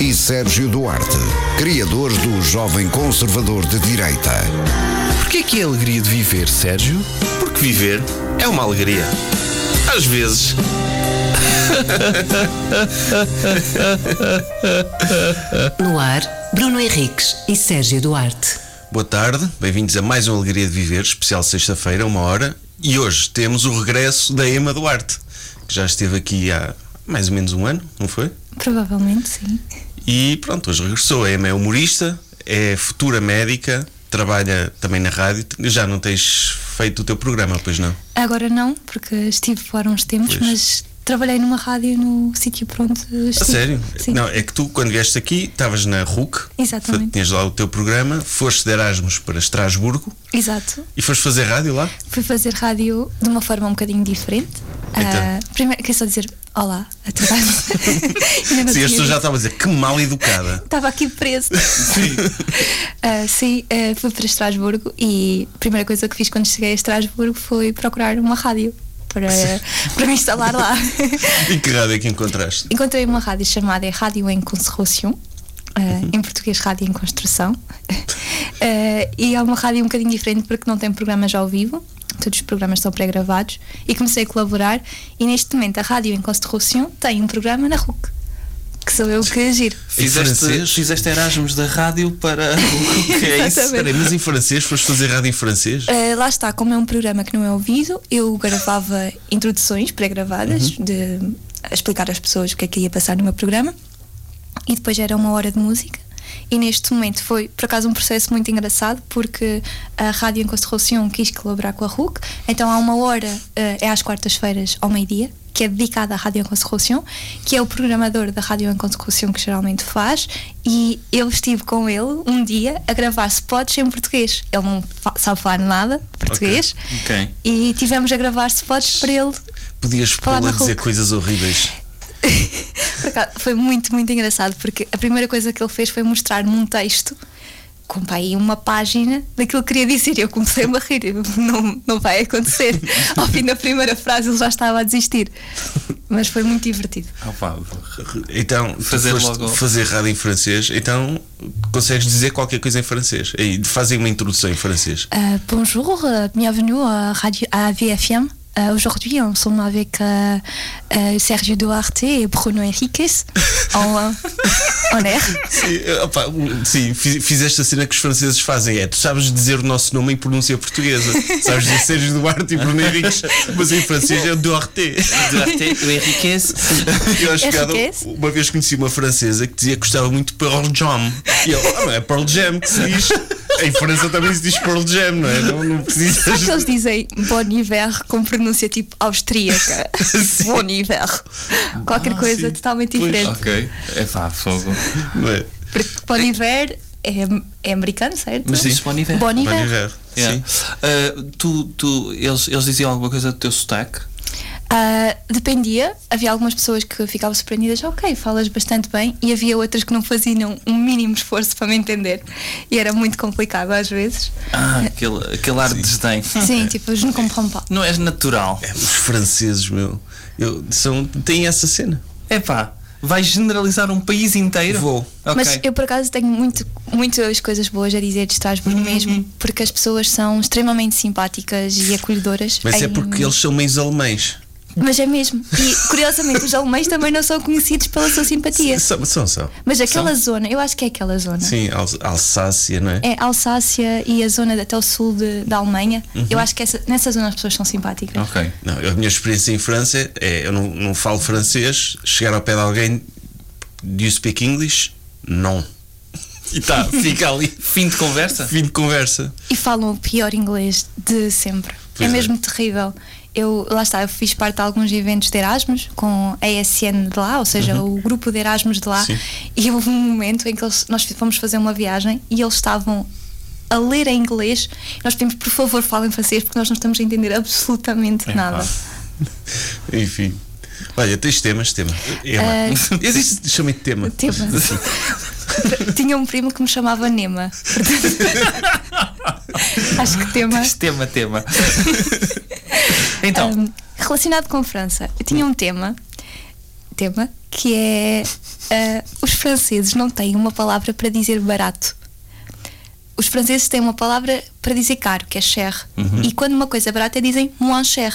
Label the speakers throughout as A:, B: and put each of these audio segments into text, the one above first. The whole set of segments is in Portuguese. A: e Sérgio Duarte, criadores do Jovem Conservador de Direita.
B: Porquê que é a alegria de viver, Sérgio?
C: Porque viver é uma alegria. Às vezes.
D: No ar, Bruno Henriques e Sérgio Duarte.
C: Boa tarde, bem-vindos a mais uma Alegria de Viver, especial sexta-feira, uma hora. E hoje temos o regresso da Emma Duarte, que já esteve aqui há mais ou menos um ano, não foi?
E: Provavelmente sim.
C: E pronto, hoje regressou. A Emma é humorista, é futura médica, trabalha também na rádio. Já não tens feito o teu programa, pois não?
E: Agora não, porque estive fora uns tempos,
C: Pois.
E: mas trabalhei numa rádio no sítio por onde estive.
C: A sério?
E: Sim.
C: Não, é que tu, quando vieste aqui, estavas na RUC,
E: Exatamente.
C: fa- tinhas lá o teu programa, foste de Erasmus para Estrasburgo
E: Exato.
C: e foste fazer rádio lá.
E: Fui fazer rádio de uma forma um bocadinho diferente. Ah, primeiro, quero só dizer olá a toda a Ainda não
C: Sim,
E: tinha
C: as pessoas já
E: dito.
C: estavam a dizer que mal educada.
E: Estava aqui preso. Ah, sim, ah, fui para Estrasburgo e a primeira coisa que fiz quando cheguei a Estrasburgo foi procurar uma rádio para, para me instalar lá.
C: E que rádio é que encontraste?
E: Encontrei uma rádio chamada Rádio em Construção, eh, em português Rádio em Construção, Eh, e é uma rádio um bocadinho diferente porque não tem programas ao vivo, todos os programas são pré-gravados, e comecei a colaborar e neste momento a Rádio em Construção tem um programa na RUC, que sou eu que giro.
F: Fizeste,
C: francês?
F: fizeste Erasmus da rádio para o que é
E: Exatamente.
F: isso?
C: Espera aí, mas em francês? Foste fazer rádio em francês?
E: Eh, lá está, como é um programa que não é ouvido, eu gravava introduções pré-gravadas de a explicar às pessoas o que é que ia passar no meu programa e depois era uma hora de música. E neste momento foi, por acaso, um processo muito engraçado porque a Rádio em Construção quis colaborar com a RUC, então há uma hora, eh, é às quartas-feiras ao meio-dia, que é dedicada à Rádio em Construção, que é o programador da Rádio em Construção que geralmente faz, e eu estive com ele um dia a gravar spots em português. Ele não fa- sabe falar nada português,
F: Ok.
E: e tivemos a gravar spots para ele
C: Podias
E: Falar
C: pô-la a
E: na
C: dizer
E: RUC.
C: coisas horríveis.
E: Por acaso, foi muito, muito engraçado porque a primeira coisa que ele fez foi mostrar-me um texto com pá, aí uma página daquilo que queria dizer e eu comecei a rir Eu, não, não vai acontecer ao fim da primeira frase ele já estava a desistir mas foi muito divertido
F: Ah, pá,
C: Então, tu
F: Fazer
C: foste
F: logo-
C: fazer rádio em francês, então consegues dizer qualquer coisa em francês. Aí fazem uma introdução em francês.
E: Euh, bonjour, euh, bienvenue à, Radio, à VFM. Euh, Aujourd'hui, nous sommes avec euh, euh, Sergio Duarte et Bruno Henriquez en, euh, en air.
C: Sim, eh, opa, um, sim, fi- fizeste a cena que os franceses fazem: é tu sabes dizer o nosso nome em pronúncia portuguesa. sabes dizer Sérgio Duarte e Bruno Henriques, mas em francês é Duarte.
F: Duarte, o Henriquez.
C: Eu acho piada,
E: Henriquez?
C: uma vez conheci uma francesa que dizia que gostava muito de Pearl Jam. E eu, ah, não é Pearl Jam que se diz. Em França também se diz Pearl Jam, não é? Não, não
E: Sabe que
C: precisas.
E: eles dizem bon hiver com pronúncia tipo austríaca? bon hiver. Qualquer coisa totalmente diferente.
F: ok. É pá, fogo.
C: Não é?
E: Porque bon hiver é, é americano, certo?
F: Mas disse Bon Iver.
E: Bon
C: Vai
E: hiver.
C: viver.
F: Yeah.
C: Sim.
F: Uh, tu, tu, eles, eles diziam alguma coisa do teu sotaque?
E: Ah, dependia, havia algumas pessoas que ficavam surpreendidas, ok, falas bastante bem, e havia outras que não faziam um mínimo esforço para me entender, e era muito complicado às vezes.
F: Ah, aquele, aquele ar de desdém.
E: Sim, tipo, je ne comprends pas.
F: Não és natural.
C: É, Os franceses, meu, eu, são, têm essa cena.
F: É pá, vais generalizar um país inteiro?
C: Vou.
F: Ok.
E: Mas eu por acaso tenho muito, muitas coisas boas a dizer de
C: Uhum.
E: Estrasburgo mesmo, porque as pessoas são extremamente simpáticas e acolhedoras.
C: Mas é
E: Em-
C: porque eles são meios alemães.
E: Mas é mesmo. E curiosamente os alemães também não são conhecidos pela sua simpatia.
C: São, são, são.
E: Mas aquela zona, eu acho que é aquela zona.
C: Sim, Al Alsácia, não é?
E: É a Alsácia e a zona de- até o sul de- da Alemanha.
C: Uhum.
E: Eu acho que essa, nessa zona as pessoas são simpáticas.
F: Ok.
C: Não, a minha experiência em França é: eu não, não falo francês, chegar ao pé de alguém, do you speak English? Não. E tá, fica ali,
F: Fim de conversa?
C: fim de conversa.
E: E falam o pior inglês de sempre.
C: Pois
E: é
C: é.
E: mesmo terrível. Eu, lá está, eu fiz parte de alguns eventos de Erasmus com a ESN de lá, ou seja, o grupo de Erasmus de lá.
C: Uhum. Sim.
E: E houve um momento em que eles- nós fomos fazer uma viagem e eles estavam a ler em inglês. Nós pedimos, por favor, falem francês, porque nós não estamos a entender absolutamente nada.
C: Enfim. Olha, tens temas, tema. Ema. Existe, chamei de tema.
E: Ah, Tema. Tipo, Tinha um primo que me chamava Nema. Portanto, acho que tema.
F: Tema, tema. então,
E: Hum, Ahm, relacionado com França, eu tinha um tema, tema um que é ah, os franceses não têm uma palavra para dizer barato. Os franceses têm uma palavra para dizer caro, que é cher. E quando uma coisa é barata, dizem moins cher.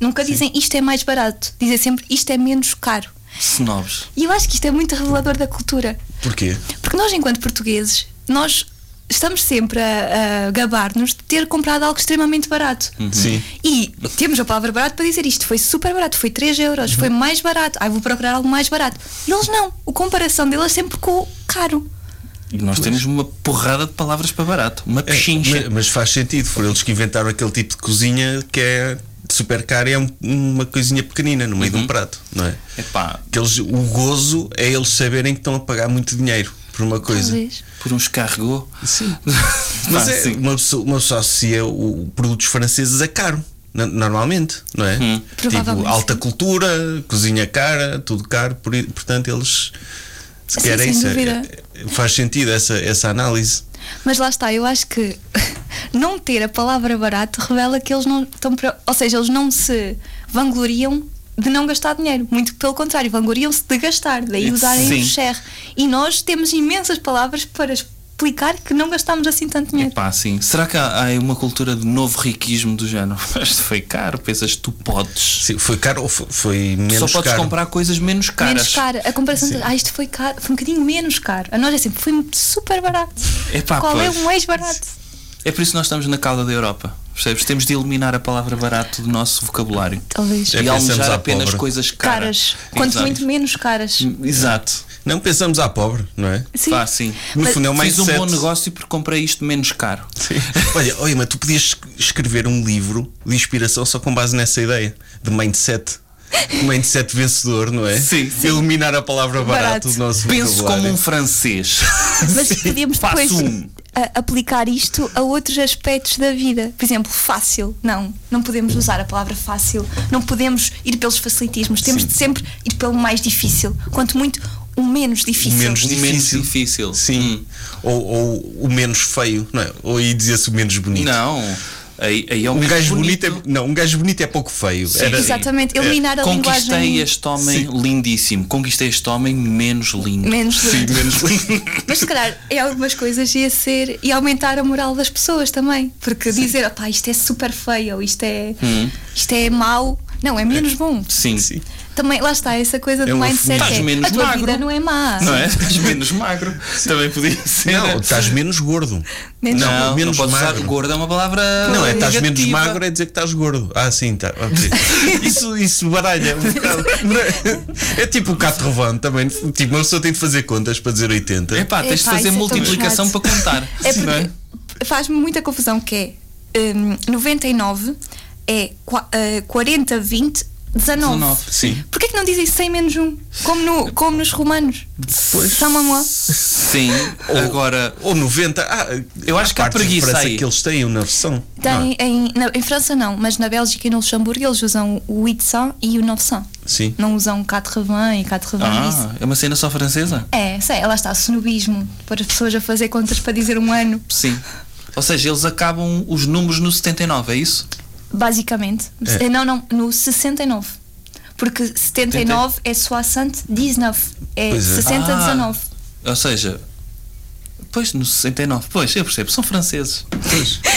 E: Nunca dizem isto é mais barato. Dizem sempre isto é menos caro.
F: Snobs.
E: E eu acho que isto é muito revelador da cultura.
C: Porquê?
E: Porque nós, enquanto portugueses, nós estamos sempre a, a gabar-nos de ter comprado algo extremamente barato.
C: Sim.
E: E temos a palavra barato para dizer isto foi super barato, foi 3 euros, foi mais barato, ai vou procurar algo mais barato. E eles não. A comparação deles é sempre com o caro.
F: E nós temos uma porrada de palavras para barato. Uma
C: É,
F: pechincha.
C: mas, mas faz sentido, foram eles que inventaram aquele tipo de cozinha que é super cara e é um- uma coisinha pequenina no meio de um prato, não é?
F: Epá,
C: Que eles, o gozo é eles saberem que estão a pagar muito dinheiro por uma coisa.
E: Talvez.
F: por uns carregou. Sim.
C: Mas é, uma, pessoa, uma pessoa associa o, produtos franceses a caro, no- normalmente, não é?
F: Hum.
C: Tipo,
E: Provavelmente,
C: alta
E: sim.
C: cultura, cozinha cara, tudo caro, por, i- portanto eles se
E: Sim,
C: querem
E: sem
C: isso, é-
E: dúvida.
C: é- faz sentido essa, essa análise.
E: Mas lá está, eu acho que não ter a palavra barato revela que eles não estão. pre- Ou seja, eles não se vangloriam de não gastar dinheiro. Muito pelo contrário, vangloriam-se de gastar, daí usarem
F: Sim.
E: o share. E nós temos imensas palavras para explicar que não gastámos assim tanto dinheiro.
F: Epá, sim. Será que há, há uma cultura de novo riquismo do género? Mas foi caro, pensas, tu podes.
C: Sim, foi caro ou fo- foi,
F: Tu
C: menos
F: só podes
C: caro?
F: comprar coisas menos caras.
E: Menos caro. A comparação de. Ah, isto foi caro. Foi um bocadinho menos caro. A nós é sempre. Foi super barato.
F: Epá,
E: Qual é
F: pois.
E: o mais barato?
F: É por isso que nós estamos na cauda da Europa. Percebes? Temos de eliminar a palavra barato do nosso vocabulário.
E: Talvez.
C: É,
F: e
C: pensamos
F: almejar
C: à
F: apenas
C: pobre.
F: coisas caras.
E: Caras. Quanto
F: Exato. Hum,
E: muito menos caras.
F: Exato.
C: Não pensamos à pobre, não é?
E: Sim.
F: Pá, sim.
C: No
E: Mas
C: fundo é o
F: Fiz um
C: mindset.
F: bom negócio porque comprei isto menos caro.
C: Olha, olha, mas tu podias escrever um livro de inspiração só com base nessa ideia de mindset. Mindset vencedor, não é?
F: Sim, sim.
C: Eliminar a palavra barato,
E: Barato.
C: do nosso
F: Penso como
C: vocabulário.
F: um francês.
E: Mas podíamos
F: Faço
E: depois
F: um.
E: a- aplicar isto a outros aspectos da vida. Por exemplo, fácil. Não, não podemos usar a palavra fácil. Não podemos ir pelos facilitismos. Temos de sempre ir pelo mais difícil. Quanto muito, o menos difícil.
C: menos
F: O menos
C: Difícil.
F: difícil. Hum.
C: Sim. Ou, ou o menos feio, não é? Ou aí dizia-se o menos bonito.
F: Não. Aí, aí é o
C: Um
F: menos
C: gajo bonito, é, não, um gajo bonito é pouco feio. Era-
F: É,
E: Exatamente. Eliminar a
F: Conquistei
E: linguagem.
F: este homem lindíssimo. Conquistei este homem menos lindo.
E: Menos
C: Sim,
E: lindo.
C: menos
E: Mas se calhar em algumas coisas ia ser e aumentar a moral das pessoas também. Porque dizer, opá, isto é super feio, ou isto é,
F: Hum.
E: isto é mau, não, é menos bom.
F: Sim.
C: Sim.
E: Também, lá está, essa coisa de
C: uma
E: mindset
F: um Estás
E: é,
F: menos
E: a tua
F: magro.
E: vida não é má.
F: Não é? Estás menos magro. Também podia ser.
C: Não, estás menos gordo.
E: Menos-
F: não, não,
C: menos
F: podes
C: magro.
F: usar gordo é uma palavra.
C: Não, é estás menos
F: negativa.
C: magro é dizer que estás gordo. Ah, sim, tá. ok. Isso, isso baralha um bocado. É tipo o Catrovan também. Tipo, uma pessoa tem de fazer contas para dizer 80.
F: Epá, tens de
E: Epá,
F: fazer
E: isso é tão
F: multiplicação para
E: chato.
F: contar.
E: É
F: Sim, não é?
E: porque faz-me muita confusão que é hum, 99 é qua- eh, 40, 20, 19.
F: 19, sim.
E: Porquê que não dizem 100 menos 1? Como, no- como nos romanos. Chamam-a.
F: Sim. Agora,
C: Ou 90. Ah,
F: Eu acho que há
C: parte de
F: preguiça
C: diferença
F: aí.
C: que eles têm na versão. Não é?
F: é?
E: Tem, em, na- em França não, mas na Bélgica e no Luxemburgo eles usam o 800 e o 900.
C: é? Sim.
E: Não usam 80 e 80 isso.
F: ah, é uma cena só francesa?
E: É, sei, lá está, snobismo. Pôr as pessoas a fazer contas para dizer um ano.
F: Sim. Ou seja, eles acabam os números no 79, é isso?
E: Basicamente. Eh,
C: É.
E: Não, não, no 69. Porque 79 é 79. É
C: Pois é.
E: 60,
F: Ah.
E: 19.
F: Ou seja, pois no 69, pois eu percebo, são franceses.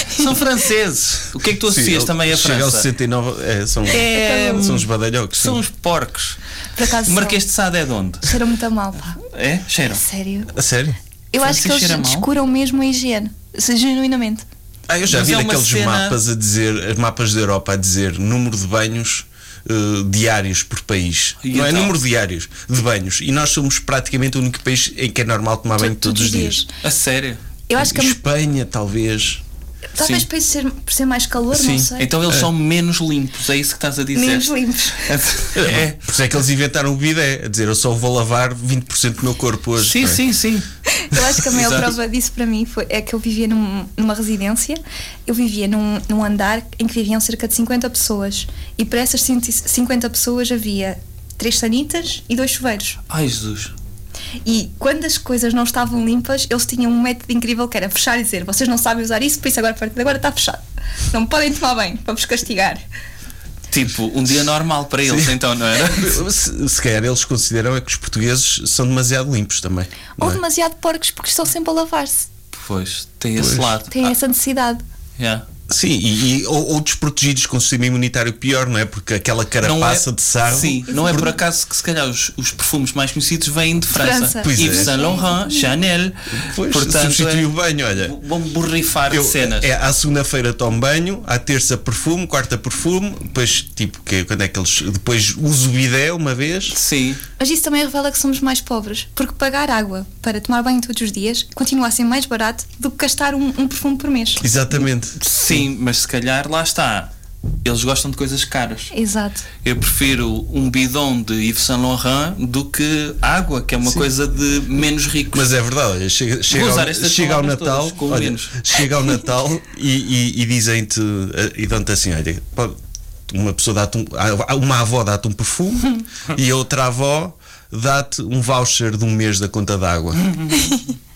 F: São franceses. O que é que tu
C: Sim,
F: associas
C: ele
F: também a
C: Chega ao
F: França?
C: 69. É, são,
F: É,
C: são os badalhocos.
F: São
C: sim.
F: os porcos.
E: Por acaso
F: O Marquês
E: são.
F: de Sade é de onde?
E: Cheira muito a mal, pá.
F: É? Cheira.
E: Sério.
C: A sério?
E: Eu acho que
F: Francisco cheira
E: eles
F: mal?
E: descuram mesmo a higiene. Se- Genuinamente.
C: Ah, eu já
F: Mas
C: vi
F: é uma
C: aqueles
F: cena-
C: mapas a dizer, os mapas da Europa a dizer número de banhos eh, diários por país.
F: E
C: não é
F: então?
C: número diários de banhos. E nós somos praticamente o único país em que é normal tomar banho
E: Tu-
C: todos os dias.
F: A sério?
E: Eu acho que é a-
C: Espanha, talvez.
E: talvez
F: sim.
E: por ser, por ser mais calor, não sei.
F: Então eles são menos limpos, é isso que estás a dizer.
E: Menos limpos.
C: É,
F: É.
C: por isso é que eles inventaram o bidé, a dizer eu só vou lavar 20% do meu corpo hoje.
F: Sim,
C: não é?
F: sim, sim.
E: Eu acho que a maior
F: Exato.
E: prova disso para mim foi, é que eu vivia num- numa residência, eu vivia num, num andar em que viviam cerca de 50 pessoas e para essas 50 pessoas havia três sanitas e dois chuveiros.
F: Ai Jesus.
E: E quando as coisas não estavam limpas, eles tinham um método incrível que era fechar e dizer: vocês não sabem usar isso, por isso agora a partir de agora está fechado. Não podem tomar bem, vamos castigar.
F: Tipo, um dia normal para eles, então, não era?
C: Se, se calhar eles consideram é que os portugueses são demasiado limpos também. não
E: Ou
C: é?
E: demasiado porcos porque estão sempre a lavar-se.
F: Pois, tem esse
C: Pois.
F: lado.
E: Têm essa necessidade.
F: Yeah.
C: Sim, e, e- ou, ou desprotegidos com o sistema imunitário pior, não é? Porque aquela carapaça de sarro.
F: Sim, não é por acaso que se calhar os, os perfumes mais conhecidos vêm de França.
E: França. Pois
F: Yves
C: é.
F: Saint Laurent, Chanel.
C: Pois,
F: Portanto,
C: substituiu bem, olha.
F: é- vão borrifar
C: Eu,
F: cenas.
C: É, à segunda-feira tomo banho, à terça perfume, quarta perfume, depois tipo, que, quando é que eles. Depois uso o bidé uma vez.
F: Sim,
E: Mas isso também revela que somos mais pobres, porque pagar água para tomar banho todos os dias continua a ser mais barato do que gastar um, um perfume por mês.
C: Exatamente.
F: sim, mas se calhar lá está. Eles gostam de coisas caras.
E: Exato.
F: Eu prefiro um bidão de Yves Saint Laurent do que água, que é uma coisa de menos ricos.
C: Mas é verdade, olha, chega, chega
F: Vou usar
C: ao,
F: estas
C: chega ao
F: palavras
C: Natal,
F: todas, com
C: olha,
F: menos.
C: chega ao Natal e, e- e dizem-te eh, e dão-te assim, olha, pá, uma pessoa dá-te um- a- uma avó dá-te um perfume e a outra avó dá-te um voucher de um mês da conta d'água.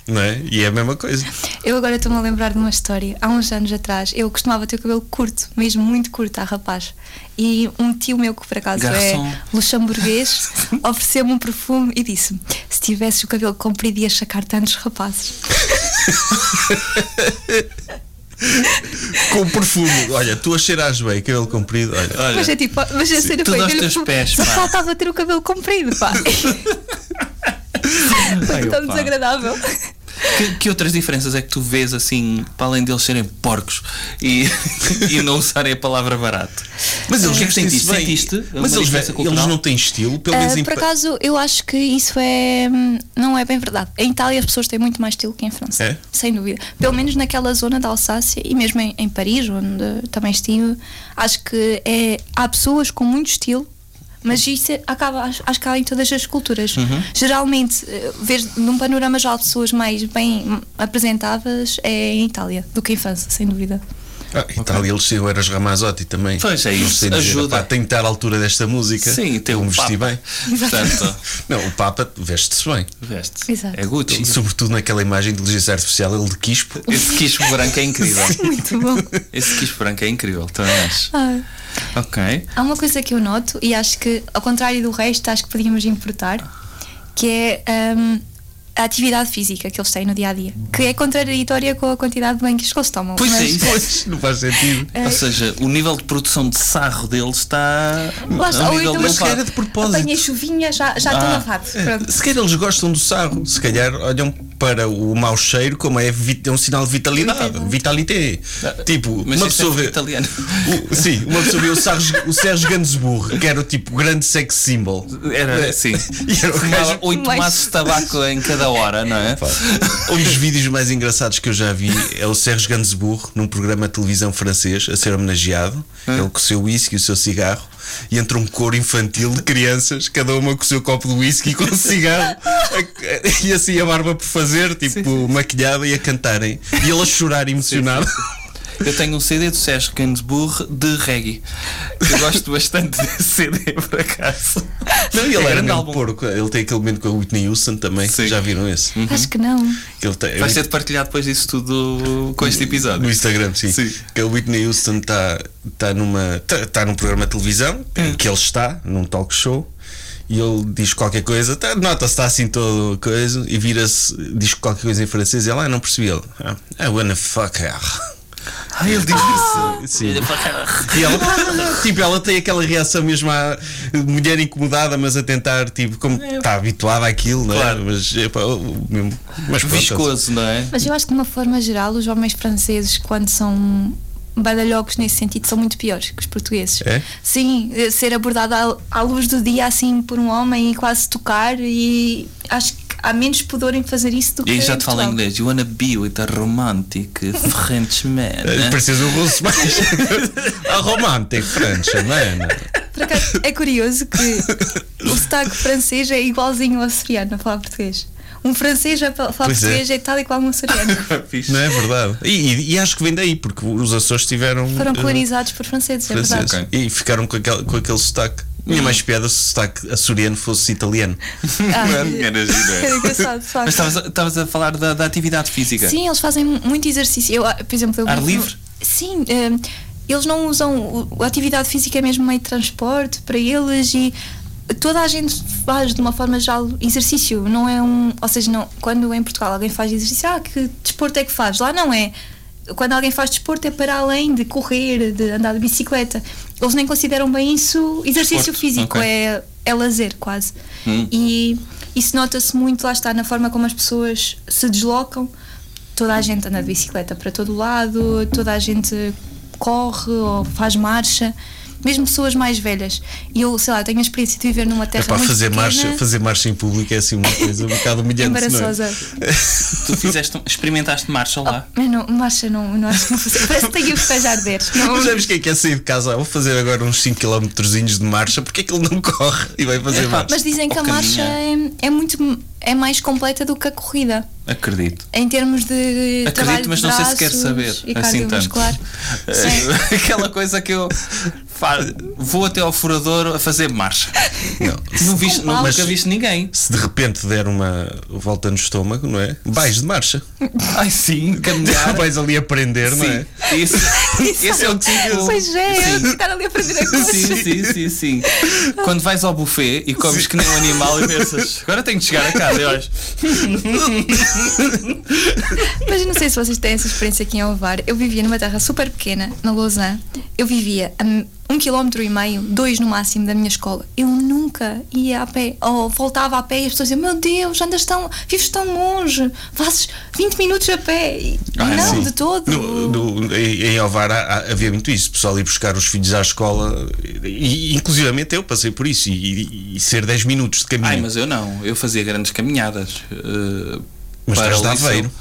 C: Não é? E é a mesma coisa.
E: Eu agora estou-me a lembrar de uma história. Há uns anos atrás, eu costumava ter o cabelo curto, mesmo muito curto, a rapaz. E um tio meu, que por acaso
F: Garçom.
E: é luxemburguês, ofereceu-me um perfume e disse-me: Se tivesses o cabelo comprido, ias sacar tantos rapazes.
C: Com perfume, olha, tu a cheiras bem, cabelo comprido, olha.
F: Olha,
E: Mas é tipo, mas a cena
F: tudo
E: foi.
F: aos
E: eu-
F: teus pés,
E: Só
F: pá.
E: faltava ter o cabelo comprido, pá.
F: Ai,
E: Foi tão
F: opá.
E: desagradável.
F: que, que outras diferenças é que tu vês assim, para além deles serem porcos e, e não usarem a palavra barato?
C: Mas eles
F: O que é que
C: vestem-se
F: sentiste?
C: bem.
F: Sentiste uma
C: Mas eles,
F: diferença
C: vestem- eles
F: cultural?
C: não têm estilo, pelo menos
E: Ah,
C: em
E: por
C: pa-
E: acaso, eu acho que isso é. hum, Não é bem verdade. Em Itália as pessoas têm muito mais estilo que em França.
C: É?
E: Sem dúvida. Pelo menos naquela zona da Alsácia e mesmo em, em Paris, onde também estive, acho que é, há pessoas com muito estilo. Mas isso é- acaba, acho, acho que há em todas as culturas.
C: Uhum.
E: Geralmente, eh, vês num panorama já de pessoas mais bem hum, apresentadas é em Itália do que em França, sem dúvida.
C: Ah, e tal, eles tinham Eras Ramazotti também.
F: Pois é,
C: Não
F: isso
C: sei dizer,
F: ajuda.
C: "Epá, tem que estar à altura desta música.
F: Sim, tem
C: Vou
F: um
C: me vestir
F: papa.
C: bem.
F: Portanto,
C: Não, o Papa veste-se bem.
F: veste.
E: Exato.
F: É Gucci.
C: Sobretudo naquela imagem de inteligência artificial, ele de quispo.
F: Esse quispo branco é incrível.
E: Muito bom.
F: Esse quispo branco é incrível, também acho.
E: Ah.
F: Ok.
E: Há uma coisa que eu noto e acho que, ao contrário do resto, acho que podíamos importar, que é hum, a atividade física que eles têm no dia a dia, que é contraditória com a quantidade de banhos que eles tomam.
F: Pois é
E: mas,
F: isso.
C: Pois, não faz sentido.
E: É,
F: Ou seja, o nível de produção de sarro deles está.
E: Lá está,
F: ao
E: ou
F: nível
E: então
F: do
E: mas
F: Papa.
C: calhar é de propósito.
E: Apanha chuvinha, já já estou
F: Ah,
E: lavado. Pronto.
C: Se calhar eles gostam do sarro, se calhar olham para o mau cheiro como é, vi- é um sinal de vitalidade, vitalité. Tipo,
F: Mas
C: uma
F: isso é
C: pessoa vê.
F: italiano.
C: O- sim, uma pessoa vê o Sérgio, o Sérgio Gainsbourg, que era o tipo grande sex symbol.
F: Era assim.
C: E era o gajo
F: Fumava oito
E: Mas-
F: maços de tabaco em cada hora, não é?
C: Um dos vídeos mais engraçados que eu já vi é o Sérgio Gainsbourg num programa de televisão francês a ser homenageado. Ele com o seu whisky e o seu cigarro. E entra um coro infantil de crianças, cada uma com o seu copo de whisky e com o cigarro. A- E assim a barba por fazer, tipo maquilhada e a cantarem. E ele a chorar emocionado.
F: Eu tenho um CD do Sérgio Gainsbourg de reggae. Eu gosto bastante desse CD, por acaso.
C: Não, e ele
F: É
C: era
F: grande
C: mesmo
F: álbum.
C: porco. Ele tem aquele momento com a Whitney Houston também.
F: Sim.
C: Já viram esse?
F: Uhum.
E: Acho que não.
C: Que ele tem-
F: Vais ter de partilhar depois isso tudo com este episódio.
C: No Instagram, sim.
F: Sim.
C: Que a Whitney Houston está tá numa. Tá, tá num programa de televisão
F: É.
C: em que ele está, num talk show, e ele diz qualquer coisa, tá, nota-se está assim todo coisa, e vira-se, diz qualquer coisa em francês, e ela ah, não percebi ele. Ah, I wanna fuck her.
F: Ah, ele diz isso.
C: Sim. E ela, tipo, ela tem aquela reação mesmo à mulher incomodada, mas a tentar, tipo, como está habituada àquilo, não é?
F: Claro.
C: Mas, epá, o- mesmo, mas pronto,
F: Viscoso, não é?
E: Mas eu acho que de uma forma geral, os homens franceses, quando são badalhocos nesse sentido, são muito piores que os portugueses.
C: É?
E: Sim, eh, ser abordado à, à luz do dia assim por um homem e quase tocar e acho que há menos pudor em fazer isso do que
F: E aí já
E: em
F: te falo em
E: Portugal.
F: inglês. You wanna be with a romantic É, French man.
C: eh, Precisas um russo mais a Ah, romântico, França, é? mano.
E: Por acaso, é curioso que o sotaque francês é igualzinho ao açoriano a falar português. Um francês a fa- falar
C: Pois é.
E: português é. tal e qual um açoriano.
F: Fixe.
C: Não é verdade. E, e- e acho que vem daí, porque os Açores tiveram.
E: Foram
C: eh,
E: colonizados por franceses, é
C: franceses.
E: verdade. Hum.
C: E ficaram com aquele, com aquele sotaque. Minha mais piada se o sotaque açoriano fosse italiano.
E: Ah,
F: Era giro, é.
E: é engraçado, de facto.
F: Mas estavas a- estavas a falar da, da atividade física.
E: Sim, eles fazem mu- muito exercício. Eu, ah, por exemplo, eu
F: Ar
E: vivo-
F: livre?
E: Sim. ehm, eles não usam. o- A atividade física é mesmo meio de transporte para eles e toda a gente faz de uma forma geral exercício. Não é um. Ou seja, não, quando em Portugal alguém faz exercício, ah, que desporto é que faz? Lá não é. Quando alguém faz desporto é para além de correr, de andar de bicicleta. Eles nem consideram bem isso exercício
F: Desporto,
E: físico,
F: ok.
E: é, é lazer quase.
C: Hum.
E: E isso nota-se muito, lá está, na forma como as pessoas se deslocam. Toda a gente anda de bicicleta para todo lado, toda a gente corre ou faz marcha, mesmo pessoas mais velhas. E eu, sei lá, tenho a experiência de viver numa
C: É
E: terra
C: para
E: muito
C: fazer
E: pequena,
C: marcha, fazer marcha em público é assim uma coisa um bocado humilhante.
E: embaraçosa.
F: Tu fizeste, experimentaste marcha
C: Ah.
F: lá.
E: Mas não, marcha não, não acho que não faço. Parece que tenho o festejar 10.
C: Não é?
E: Não,
C: Mas sabes quem é que é sair de casa? "Ah, Vou fazer agora uns 5km de marcha, porque é que ele não corre e vai fazer
F: Epá,
C: marcha?
E: mas dizem que a
F: Ou
E: marcha é, é muito é mais completa do que a corrida.
F: Acredito.
E: Em termos de trabalho
F: Acredito,
E: de
F: mas não sei se quer
E: braços
F: saber.
E: E
F: Assim tanto.
E: cardiovascular. Sim.
F: Eh, Aquela coisa que eu fa- vou até ao furador a fazer marcha. Não, viste,
E: Com paus.
F: nunca viste ninguém.
C: Se de repente der uma volta no estômago, não é? Vais de marcha.
F: Ai sim, caminhar.
C: Vais ali aprender, não é?
F: Sim, esse, esse é o tipo.
E: Pois é, eu
F: Sim.
E: estar ali a aprender a coisa.
F: Sim, sim, sim, sim. Quando vais ao buffet e comes que nem um animal e pensas, agora tenho de chegar a casa e olhas,
E: Mas eu não sei se vocês têm essa experiência aqui em Alvar. Eu vivia numa terra super pequena, na Lausanne. Eu vivia a m- um quilómetro e meio, dois no máximo da minha escola. Eu nunca ia a pé, ou voltava a pé e as pessoas diziam: Meu Deus, andas tão. vives tão longe, fazes 20 minutos a pé. E
F: Ah,
E: não,
F: sim.
E: de todo.
C: No- no- em em Alvar há- há- havia muito isso, o pessoal ia buscar os filhos à escola, e, e, inclusivamente eu passei por isso, e, e- e ser 10 minutos de caminho.
F: Ai, mas eu não, eu fazia grandes caminhadas. eh,
C: Mas
F: para
C: estás de
F: o liceu.
C: Aveiro.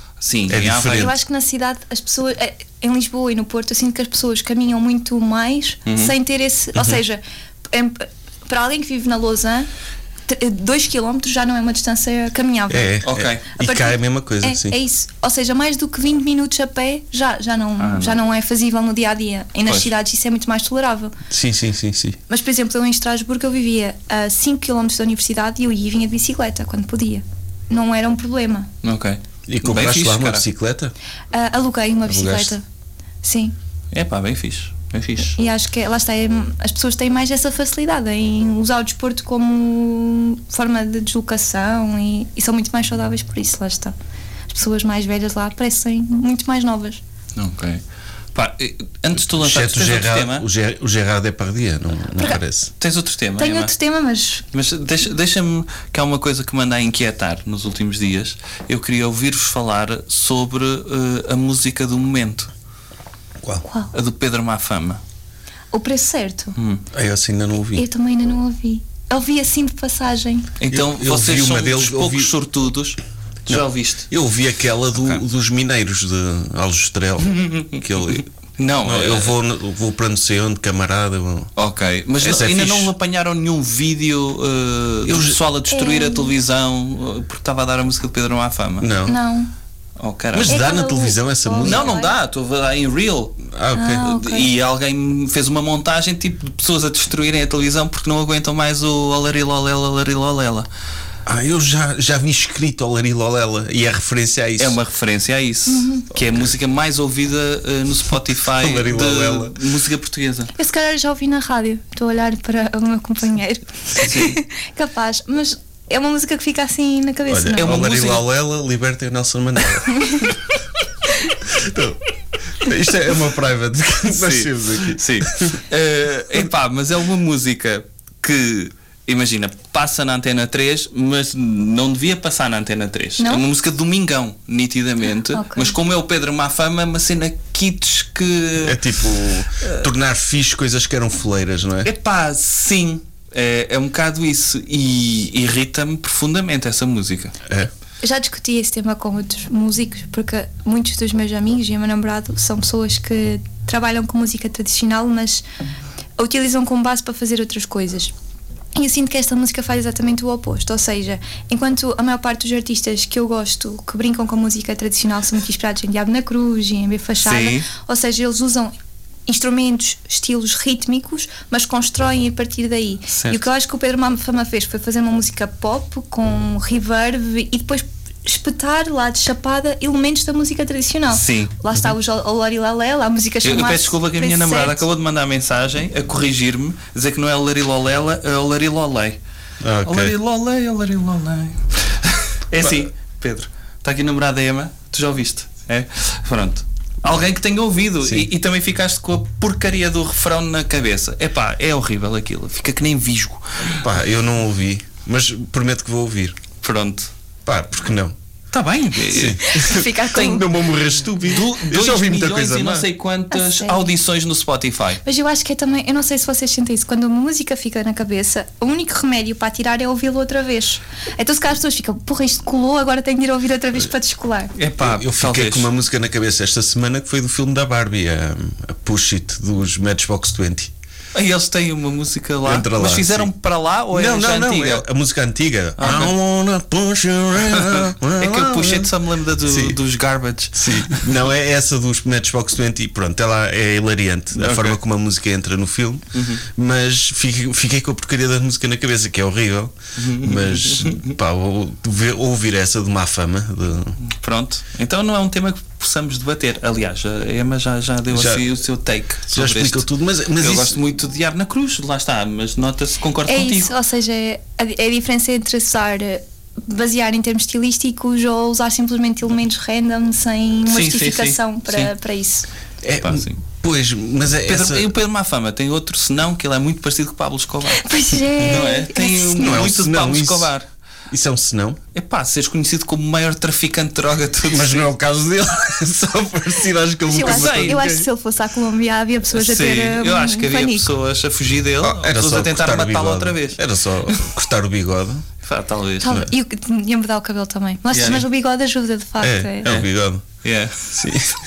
C: É
F: Sim, em Aveiro.
C: diferente.
E: Eu acho que na cidade as pessoas, eh, em Lisboa e no Porto, eu sinto que as pessoas caminham muito mais
C: Uhum.
E: sem ter esse. Ou seja, em- para alguém que vive na Lausanne, 2 km já não é uma distância caminhável.
C: É, é.
F: Ok.
C: é.
E: A
C: E
E: partir-
C: cá é a mesma coisa,
E: é,
C: sim.
E: é isso. Ou seja, mais do que 20 minutos a pé já, já, não, já não é fazível no dia a dia. E nas
F: Pois.
E: cidades isso é muito mais tolerável.
C: Sim, sim, sim, sim.
E: Mas, por exemplo, eu em Estrasburgo eu vivia a 5 km da universidade e eu ia e vinha de bicicleta quando podia. Não era um problema.
F: Ok.
C: E
F: bem
C: compraste
F: é fixe,
C: lá uma
F: cara.
C: bicicleta?
E: Ah, aluguei uma
C: Alugaste?
E: bicicleta. Sim.
F: É pá, bem fixe. Bem fixe.
E: E acho que lá está, é- as pessoas têm mais essa facilidade em usar o desporto como forma de deslocação e, e são muito mais saudáveis por isso, lá está. As pessoas mais velhas lá parecem muito mais novas.
F: Ok. Pá, eh, antes de tu lançares,
C: Exceto o
F: tens outro
C: Gerard,
F: tema?
C: o Ger- o Gerard é pardia, não, não parece?
F: Tens outro tema,
E: Tenho
F: Emma?
E: outro tema, mas
F: Mas deixa- deixa-me que há uma coisa que me anda a inquietar nos últimos dias. Eu queria ouvir-vos falar sobre eh, a música do momento,
C: Qual?
E: qual?
F: a do Pedro Mafama.
E: O preço certo?
C: Ah, eu assim ainda não ouvi.
E: Eu também ainda não ouvi. Ouvi assim de passagem.
F: Então
C: Eu- eu
F: vocês
C: vi
F: são
C: uma deles,
F: dos
C: eu
F: poucos
C: vi-
F: sortudos. Tu Já ouviste?
C: Eu ouvi aquela do-
F: Ok.
C: dos mineiros de Aljustrel. que ele,
F: Não,
C: Não,
F: eh,
C: eu vou, no- vou para não sei onde, camarada. vou-
F: Ok, mas
C: Essa é
F: ainda
C: fixe.
F: não apanharam nenhum vídeo eh, do pessoal a destruir
E: É.
F: a televisão eh, porque estava a dar a música de Pedro Mafama.
C: Não.
E: Não.
F: Oh, caralho.
C: Mas
E: É
C: dá
E: aquela
C: na televisão
E: luz.
C: essa
E: Oh.
C: música?
F: Não, não dá, estou a dar em real.
C: Ah, ok.
E: Ah, ok.
F: E alguém me fez uma montagem tipo de pessoas a destruírem a televisão porque não aguentam mais o alarilolela, alarilolela.
C: Ah, eu já, já vi escrito Olarilolela e é referência a isso.
F: É uma referência a isso,
E: Uhum.
F: que é a música mais ouvida eh, no Spotify
C: Alarilolela.
F: de música portuguesa.
E: Eu se calhar já ouvi na rádio. Estou a olhar para o meu companheiro. Capaz. Mas é uma música que fica assim na cabeça,
C: Olha,
E: não?
F: é uma
C: Olarilolela, libertem o Nelson Mandela. Então, Isto é uma private que nós É temos aqui.
F: Sim. Eh, epá, mas é uma música que, imagina, passa na Antena 3, mas não devia passar na Antena 3.
E: Não?
F: É uma música de Domingão, nitidamente.
E: Ok.
F: Mas como é o Pedro Mafama, é uma cena kits que.
C: É tipo tornar fixe coisas que eram foleiras, não é?
F: Epá, sim. É, é um bocado isso. E irrita-me profundamente essa música.
C: É.
E: Eu já discuti esse tema com outros músicos, porque muitos dos meus amigos e o meu namorado são pessoas que trabalham com música tradicional, mas a utilizam como base para fazer outras coisas. E eu sinto que esta música faz exatamente o oposto, ou seja, enquanto a maior parte dos artistas que eu gosto, que brincam com música tradicional, são muito inspirados em Diabo na Cruz e em B Fachada,
F: Sim.
E: ou seja, eles usam instrumentos, estilos rítmicos, mas constroem a partir daí.
F: Certo.
E: E o que eu acho que o Pedro Mafama fez foi fazer uma música pop com reverb e depois espetar lá de chapada elementos da música tradicional.
F: Sim. Uhum.
E: Lá está o jo- o Lorilalé, lá a música
F: Eu,
E: chamada.
F: eu peço desculpa que a minha namorada acabou de mandar mensagem a corrigir-me, a dizer que não é Larilolela, é Larilolei.
C: Ah, ok.
F: Larilolei, Larilolei. É assim, Pedro. Está aqui a namorada Ema, tu já ouviste. É? Pronto. Alguém que tenha ouvido e, e também ficaste com a porcaria do refrão na cabeça. Epá, é horrível aquilo. Fica que nem visgo.
C: Pá, eu não ouvi, mas prometo que vou ouvir.
F: Pronto.
C: Pá, porque não?
F: Está bem.
E: Ficar com...
C: Não vou morrer estúpido.
F: Do,
C: eu
F: dois
C: já ouvi muita
F: milhões
C: coisa
F: e não
C: má.
F: sei
E: A
F: quantas
E: sério?
F: audições no Spotify.
E: Mas eu acho que é também, eu não sei se vocês sentem isso, quando a música fica na cabeça, o único remédio para tirar é ouvi-la outra vez. Então se calhar as pessoas ficam, porra, isto colou, agora tenho de ir ouvir outra vez para descolar.
F: Epá,
C: eu, eu fiquei
F: talvez.
C: com uma música na cabeça esta semana que foi do filme da Barbie, a, a Push It dos Matchbox 20.
F: Aí Ah, eles têm uma música lá,
C: Entra lá,
F: mas fizeram
C: sim.
F: para lá ou é
C: não,
F: já
C: não, não,
F: antiga?
C: é a música antiga.
F: Ah,
C: I
F: ok.
C: wanna push you around.
F: É que eu puxei só me lembro da do-
C: Sim.
F: dos Garbage.
C: Sim, não é essa dos Matchbox 20 e pronto, ela é hilariante a
F: Ok. Uhum.
C: forma como a música entra no filme, mas fiquei, fiquei com a porcaria da música na cabeça, que é horrível,
F: Uhum.
C: mas pá, ou- ver- ouvir essa de má fama de-
F: Pronto. Então não é um tema que possamos debater. Aliás, a Emma já, já deu
C: Já-
F: assim o seu take.
C: já
F: sobre
C: explicou
F: este.
C: tudo, mas, mas
F: eu
C: isso
F: gosto muito de Diabo na Cruz, lá está, mas nota-se, concordo
E: É
F: contigo.
E: isso, ou seja, é a, di- é a diferença entre usar, eh, basear em termos estilísticos ou usar simplesmente elementos random sem uma
F: Sim, sim,
E: justificação
F: sim,
E: Para,
F: sim.
E: para isso.
C: é,
F: Pá, sim.
C: pois, mas é
F: Pedro,
C: essa-
F: E o Pedro Mafama tem outro senão que ele é muito parecido com o Pablo Escobar.
E: Pois é.
F: Não é? Tem
E: Esse-
C: não é um
F: muito de
C: senão,
F: Pablo
C: isso.
F: Escobar.
C: isso é um senão,
F: É pá, seres conhecido como o maior traficante de droga de tudo.
C: mas não é o caso dele, só parecido acho que é um ele
E: Eu
C: nunca
E: acho,
F: sei.
E: eu acho que se ele fosse à Colômbia havia pessoas a
F: Sim,
E: ter. eh,
F: eu acho
E: um
F: que havia
E: pânico.
F: pessoas a fugir dele,
C: Oh, era
F: Então, pessoas
C: só
F: a tentar
C: cortar o
F: matá-lo
C: bigode. É,
F: outra vez.
C: Era só cortar o bigode.
F: Pá, talvez.
E: Tal- E o que- ia mudar o cabelo também. Mas,
F: Yeah.
E: mas o bigode ajuda, de
F: Ah,
E: facto.
C: É,
E: é.
C: é o bigode.
F: Yeah.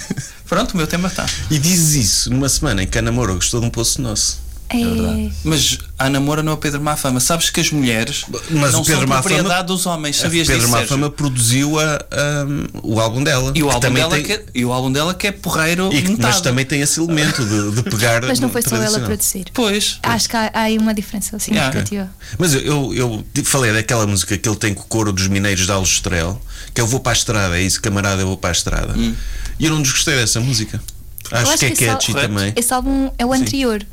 F: Pronto, o meu tema está.
C: E dizes isso numa semana em que a namora gostou de um poço nosso.
E: É.
F: Mas a namora não é o Pedro Mafama. Sabes que as mulheres
C: Mas
F: não
C: o Pedro
F: são
C: Má Fama-
F: propriedade dos homens. Sabias
C: Pedro
F: disso, Sérgio?
C: Mafama produziu a, ahm, o álbum dela.
F: E o,
C: que
F: álbum
C: também
F: dela
C: tem-
F: que, e o álbum dela que é porreiro
C: e que- mas
F: metade.
C: também tem esse elemento de, de pegar.
E: Mas não
C: no
E: foi só ela a
C: tradicional.
E: produzir.
F: Pois.
E: Acho que há, há aí uma diferença assim, significativa.
C: Mas eu, eu, eu di- falei daquela música que ele tem com o coro dos mineiros de Aljustrel, que eu vou para a estrada, é isso, camarada, eu vou para a estrada.
F: Hum.
C: E eu não desgostei dessa música. Acho,
E: Eu
C: que é
E: esse al-
C: catchy também.
E: Esse álbum é o anterior.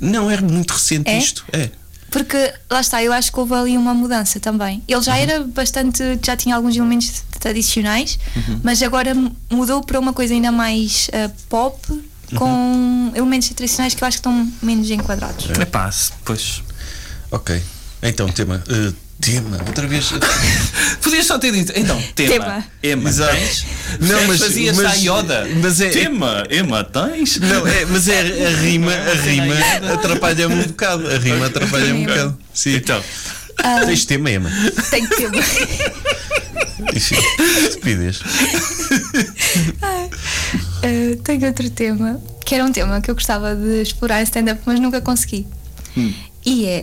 C: Não, é muito recente
E: É?
C: isto. É.
E: Porque lá está, eu acho que houve ali uma mudança também. Ele já era bastante, já tinha alguns elementos tradicionais, mas agora m- mudou para uma coisa ainda mais ah, pop, com elementos tradicionais que eu acho que estão menos enquadrados.
F: É pá, se- pois.
C: Ok. Então, tema. eh, tema, outra vez.
F: Podias só ter dito. Então, tema.
E: Tema.
F: Ema,
C: Exato.
F: tens?
C: Não,
F: Não, mas,
C: mas-
F: fazias
C: mas-
F: a Yoda.
C: mas é-
F: tema, Ema, tens?
C: Não, é, mas é a rima, a rima atrapalha-me um bocado. A rima atrapalha-me um bocado. Sim. Ah.
F: Então,
C: Tens tema, Ema.
E: Tem que ter.
C: Isso é Estupidez.
E: Ah, tenho outro tema, que era um tema que eu gostava de explorar em stand-up, mas nunca consegui. E é.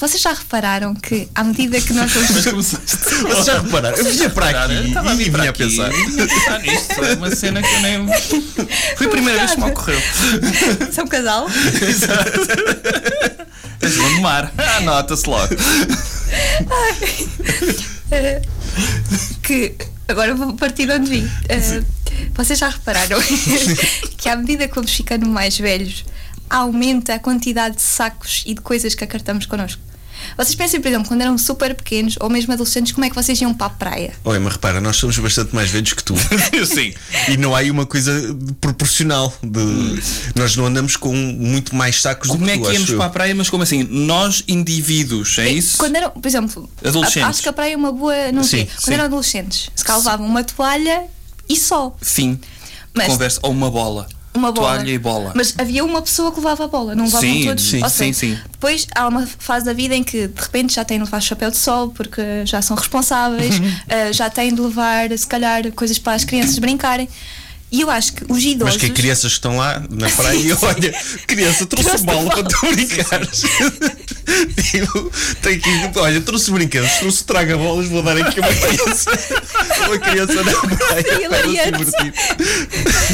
E: Vocês já repararam que à medida que nós vamos.
C: Vocês já repararam? Eu vinha para aqui e
F: estava a vir
C: vinha
F: para
C: a
F: aqui.
C: pensar.
F: vinha a pensar nisto. É uma cena que eu nem. Foi a primeira vez que me ocorreu.
E: São um casal?
F: Tens um de mar. Ah, nota-se logo.
E: que agora vou partir de onde vim. Uh, vocês já repararam que à medida que vamos ficando mais velhos, aumenta a quantidade de sacos e de coisas que acartamos connosco. Vocês pensem, por exemplo, quando eram super pequenos ou mesmo adolescentes, como é que vocês iam para a praia?
C: Olha, mas repara, nós somos bastante mais velhos que tu.
F: Sim.
C: E não há aí uma coisa de- proporcional. De... Nós não andamos com muito mais sacos do
F: Como
C: que
F: é
C: tu,
F: que íamos
C: acho eu.
F: para a praia, mas como assim? Nós, indivíduos, é isso?
E: Quando eram, por exemplo,
F: Adolescentes.
E: a- acho que a praia é uma boa. Não sei.
F: Sim,
E: Quando
F: sim.
E: eram adolescentes, se calvavam uma toalha e só.
F: Fim.
E: Mas-
F: Conversa. Ou uma bola.
E: uma bola.
F: Toalha e bola.
E: Mas havia uma pessoa que levava a bola, não levavam
F: Sim,
E: todos.
F: sim,
E: Ou seja,
F: sim, sim.
E: Depois há uma fase da vida em que de repente já têm de levar chapéu de sol porque já são responsáveis,
F: Uhum.
E: eh, já têm de levar, se calhar, coisas para as crianças brincarem. E eu acho que os idosos.
C: Mas que crianças que estão lá na praia e olha, criança, trouxe
E: Trouxe
C: bola
E: bola.
C: para tu brincares. tipo, tem que ir, olha, trouxe brinquedos, trouxe traga-bolas, vou dar aqui uma criança. Uma criança na praia para se
E: hilariante.
C: divertir.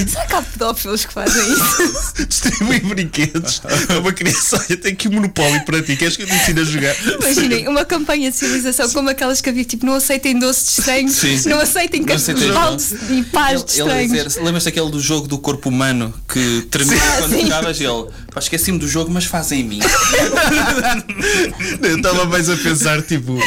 E: Será que há pedófilos que fazem isso?
C: Distribuir brinquedos a uma criança, olha, tem aqui um monopólio para ti, queres que eu te ensine a jogar?
E: Imaginem, uma campanha de civilização como aquelas que havia, tipo, não aceitem doce de estranhos,
F: Sim, sim.
E: não aceitem
F: Não aceitem-
E: baldes e pás de
F: Ele, ele a
E: estranhos.
F: dizer, lembras daquele do jogo do corpo humano que tremia
E: Sim.
F: quando
E: Sim.
F: jogavas? E Ele, pá, esqueci-me do jogo, mas fazem em mim.
C: Eu estava mais a pensar, tipo,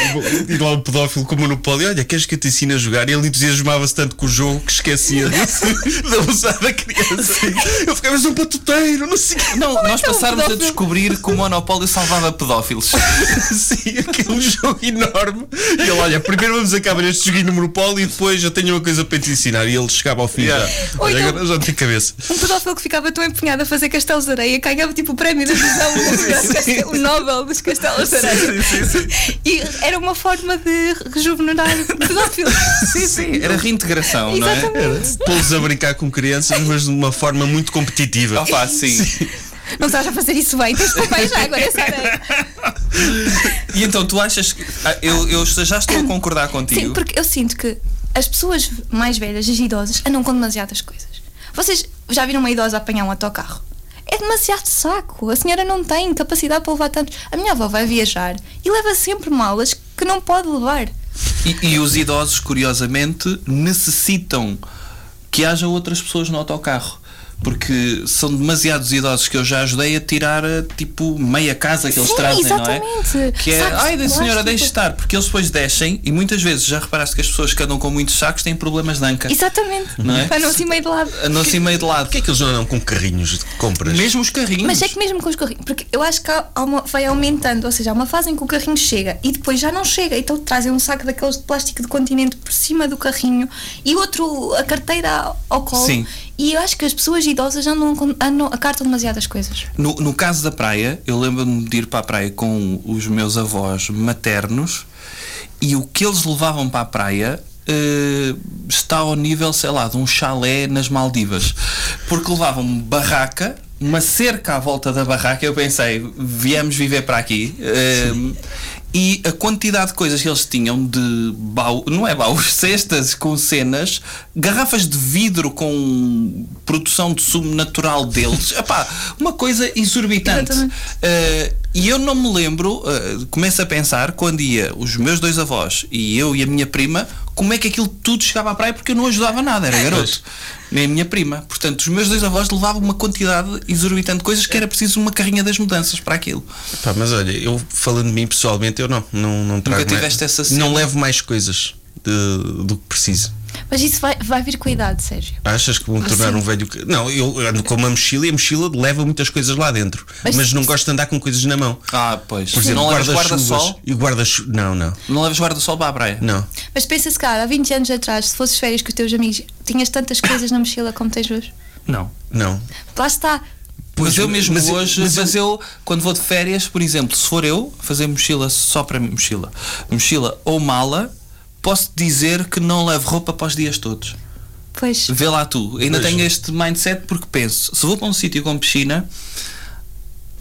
C: ir lá um pedófilo com o monopólio, olha, queres que eu te ensine a jogar? E ele entusiasmava-se tanto com o jogo que esquecia de- de abusar da criança. Eu ficava, mas é um patuteiro, não sei o quê.
F: Não, nós
E: então,
F: passámos a
E: pedófilo?
F: descobrir que o Monopólio salvava pedófilos.
C: Sim, aquele jogo enorme. E ele, olha, primeiro vamos acabar este joguinho no monopólio e depois eu tenho uma coisa para te ensinar. E ele chegava ao fim
F: Yeah.
C: já.
E: Ou
C: Olha,
E: então-
C: agora já não tenho cabeça.
E: Um pedófilo que ficava tão empenhado a fazer castelos de areia que ganhava tipo o prémio da visão, o Nobel dos castelos de areia. E era uma forma de rejuvenar pedófilos.
F: Sim, sim. Era reintegração, não é?
E: Exatamente.
C: Pô-los a brincar com crianças, mas de uma forma muito competitiva.
F: Opa, É um sim.
E: Não estás a fazer isso bem, tens de pôr mais água nessa areia.
F: E então tu achas que. ah, eu, eu já estou a concordar contigo.
E: Sim, porque eu sinto que as pessoas mais velhas, as idosas, andam com demasiadas coisas. Vocês já viram uma idosa apanhar um autocarro? É demasiado saco. A senhora não tem capacidade para levar tantos. A minha avó vai viajar e leva sempre malas que não pode levar.
F: E, e os idosos, curiosamente, necessitam que haja outras pessoas no autocarro. Porque são demasiados idosos que eu já ajudei a tirar, eh, tipo, meia casa que eles
E: Sim,
F: trazem, não é?
E: exatamente.
F: Que é,
E: Sacos
F: ai,
E: de
F: da senhora,
E: plástico."
F: deixe estar. Porque eles depois descem e muitas vezes já reparaste que as pessoas que andam com muitos sacos têm problemas de anca.
E: Exatamente.
F: Não é?
E: Para não se meio de lado.
F: Andam assim meio de lado.
C: Porquê é que eles não andam com carrinhos de compras?
F: Mesmo os carrinhos.
E: Mas é que mesmo com os carrinhos, porque eu acho que há há uma- vai aumentando, ou seja, há uma fase em que o carrinho chega e depois já não chega, então trazem um saco daqueles de plástico de continente por cima do carrinho e outro, a carteira ao- ao colo.
F: Sim.
E: E eu acho que as pessoas idosas andam, com- andam a carta demasiadas coisas.
F: No, no caso da praia, eu lembro-me de ir para a praia com os meus avós maternos e o que eles levavam para a praia eh, está ao nível, sei lá, de um chalé nas Maldivas. Porque levavam barraca, uma cerca à volta da barraca, eu pensei, viemos viver para aqui. Eh, e a quantidade de coisas que eles tinham de baú, não é baús, cestas com cenas, garrafas de vidro com produção de sumo natural deles, Epá, uma coisa exorbitante.
E: Exatamente.
F: Uh, e eu não me lembro, uh, começo a pensar, quando ia os meus dois avós e eu e a minha prima, como é que aquilo tudo chegava à praia, porque eu não ajudava nada, era garoto. Nem a minha prima. Portanto, os meus dois avós levavam uma quantidade exorbitante de coisas que era preciso uma carrinha das mudanças para aquilo.
C: Pá, mas olha, eu falando de mim pessoalmente, eu não, não, não trago mais-
F: tiveste essa cena?
C: Não levo mais coisas de- do que preciso.
E: Mas isso vai, vai vir com a idade, Sérgio.
C: Achas que vão tornar um velho. ca- Não, eu ando com uma mochila e a mochila leva muitas coisas lá dentro. Mas,
E: Mas-
C: não gosto de andar com coisas na mão.
F: Ah, pois.
C: Por exemplo,
F: não levas
C: guarda-chuvas.
F: guarda-sol?
C: e guarda-chu- Não, não.
F: Não levas guarda-sol para a praia?
C: Não.
E: Mas pensa-se, cara, há 20 anos atrás, se fosses férias com os teus amigos, tinhas tantas coisas na mochila como tens hoje.
F: Não.
C: Não.
E: Lá está.
F: Mas eu mesmo
C: mas-
F: hoje,
C: mas
F: mas,
C: eu-
F: eu, quando vou de férias, por exemplo, se for eu fazer mochila só para mim, mochila, mochila ou mala, posso dizer que não levo roupa para os dias todos.
E: Pois.
F: Vê lá tu, ainda
C: Pois.
F: tenho este mindset porque penso, se vou para um sítio com piscina,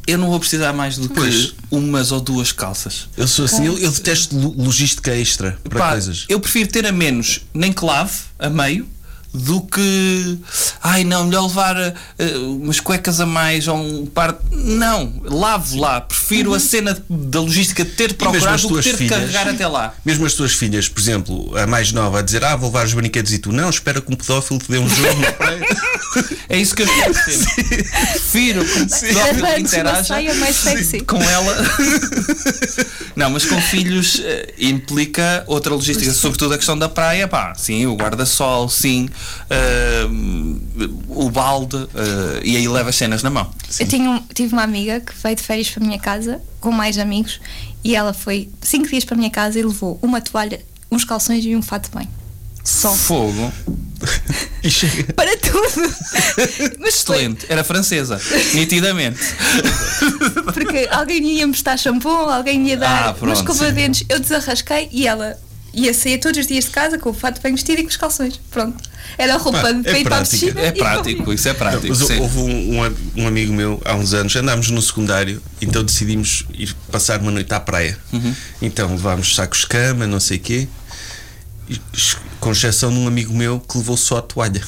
F: eu não vou precisar mais do que
C: Pois.
F: umas ou duas calças.
C: Eu sou assim, eu, eu detesto lo- logística extra para
F: Pá,
C: coisas.
F: Eu prefiro ter a menos, nem que lave, a meio, do que. Ai não, melhor levar eh, umas cuecas a mais ou um par. de-" Não, lavo lá. Prefiro a cena da logística de ter de
C: Uhum. E mesmo
F: procurar
C: as
F: do que
C: tuas
F: ter de
C: filhas.
F: carregar até lá.
C: Mesmo as tuas filhas, por exemplo, a mais nova a dizer Ah, vou levar os brinquedos e tu não, espera que um pedófilo te dê um jogo na praia.
F: É isso que eu estou a dizer. Prefiro que um pedófilo
E: Antes uma
F: interaja
E: saia mais sexy.
F: com ela. Não, mas com filhos eh, implica outra logística, sobretudo a questão da praia, pá, sim, o guarda-sol, sim, ahm, o balde, eh, e aí leva as cenas na mão.
E: Eu tenho- um, tive uma amiga que veio de férias para a minha casa com mais amigos e ela foi cinco dias para a minha casa e levou uma toalha, uns calções e um fato de banho. Só.
F: Fogo.
C: E chega.
E: Para tudo! Mas foi
F: Excelente. Era francesa, nitidamente.
E: porque alguém ia me prestar shampoo, alguém ia dar
F: Ah,
E: uma
F: pronto,
E: escova
F: sim.
E: de dentes, eu desarrasquei e ela. ia sair todos os dias de casa com o fato bem vestido e com os calções. Pronto. Era a roupa
C: Pá,
E: de
C: é
E: para ir para a
C: prática,
E: piscina.
F: É
E: e para o
F: prático,
E: rio.
F: isso é prático.
C: Mas
F: sim.
C: houve um, um- um amigo meu há uns anos, andámos no secundário, então decidimos ir passar uma noite à praia.
F: Uhum.
C: Então levámos sacos de cama, não sei o quê, e ex- com exceção de um amigo meu que levou só a toalha.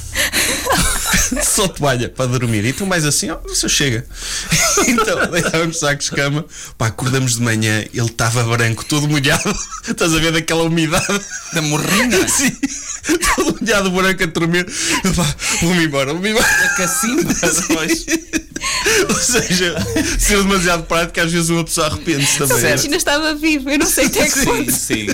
C: só toalha para dormir. E tu mais assim, ó, isso chega. então deitávamos sacos de cama, pá, acordamos de manhã, ele estava branco, todo molhado, estás a ver daquela umidade.
F: Da morrina.
C: Sim, todo molhado branco a dormir. Pá, vou-me embora, vou-me embora.
F: A cacimba. Pois.
C: Ou seja, ser demasiado prático, às vezes uma pessoa arrepende-se
E: Só
C: também. é?
E: que ainda estava vivo, eu não sei até que
F: Sim,
E: ponto.
F: sim.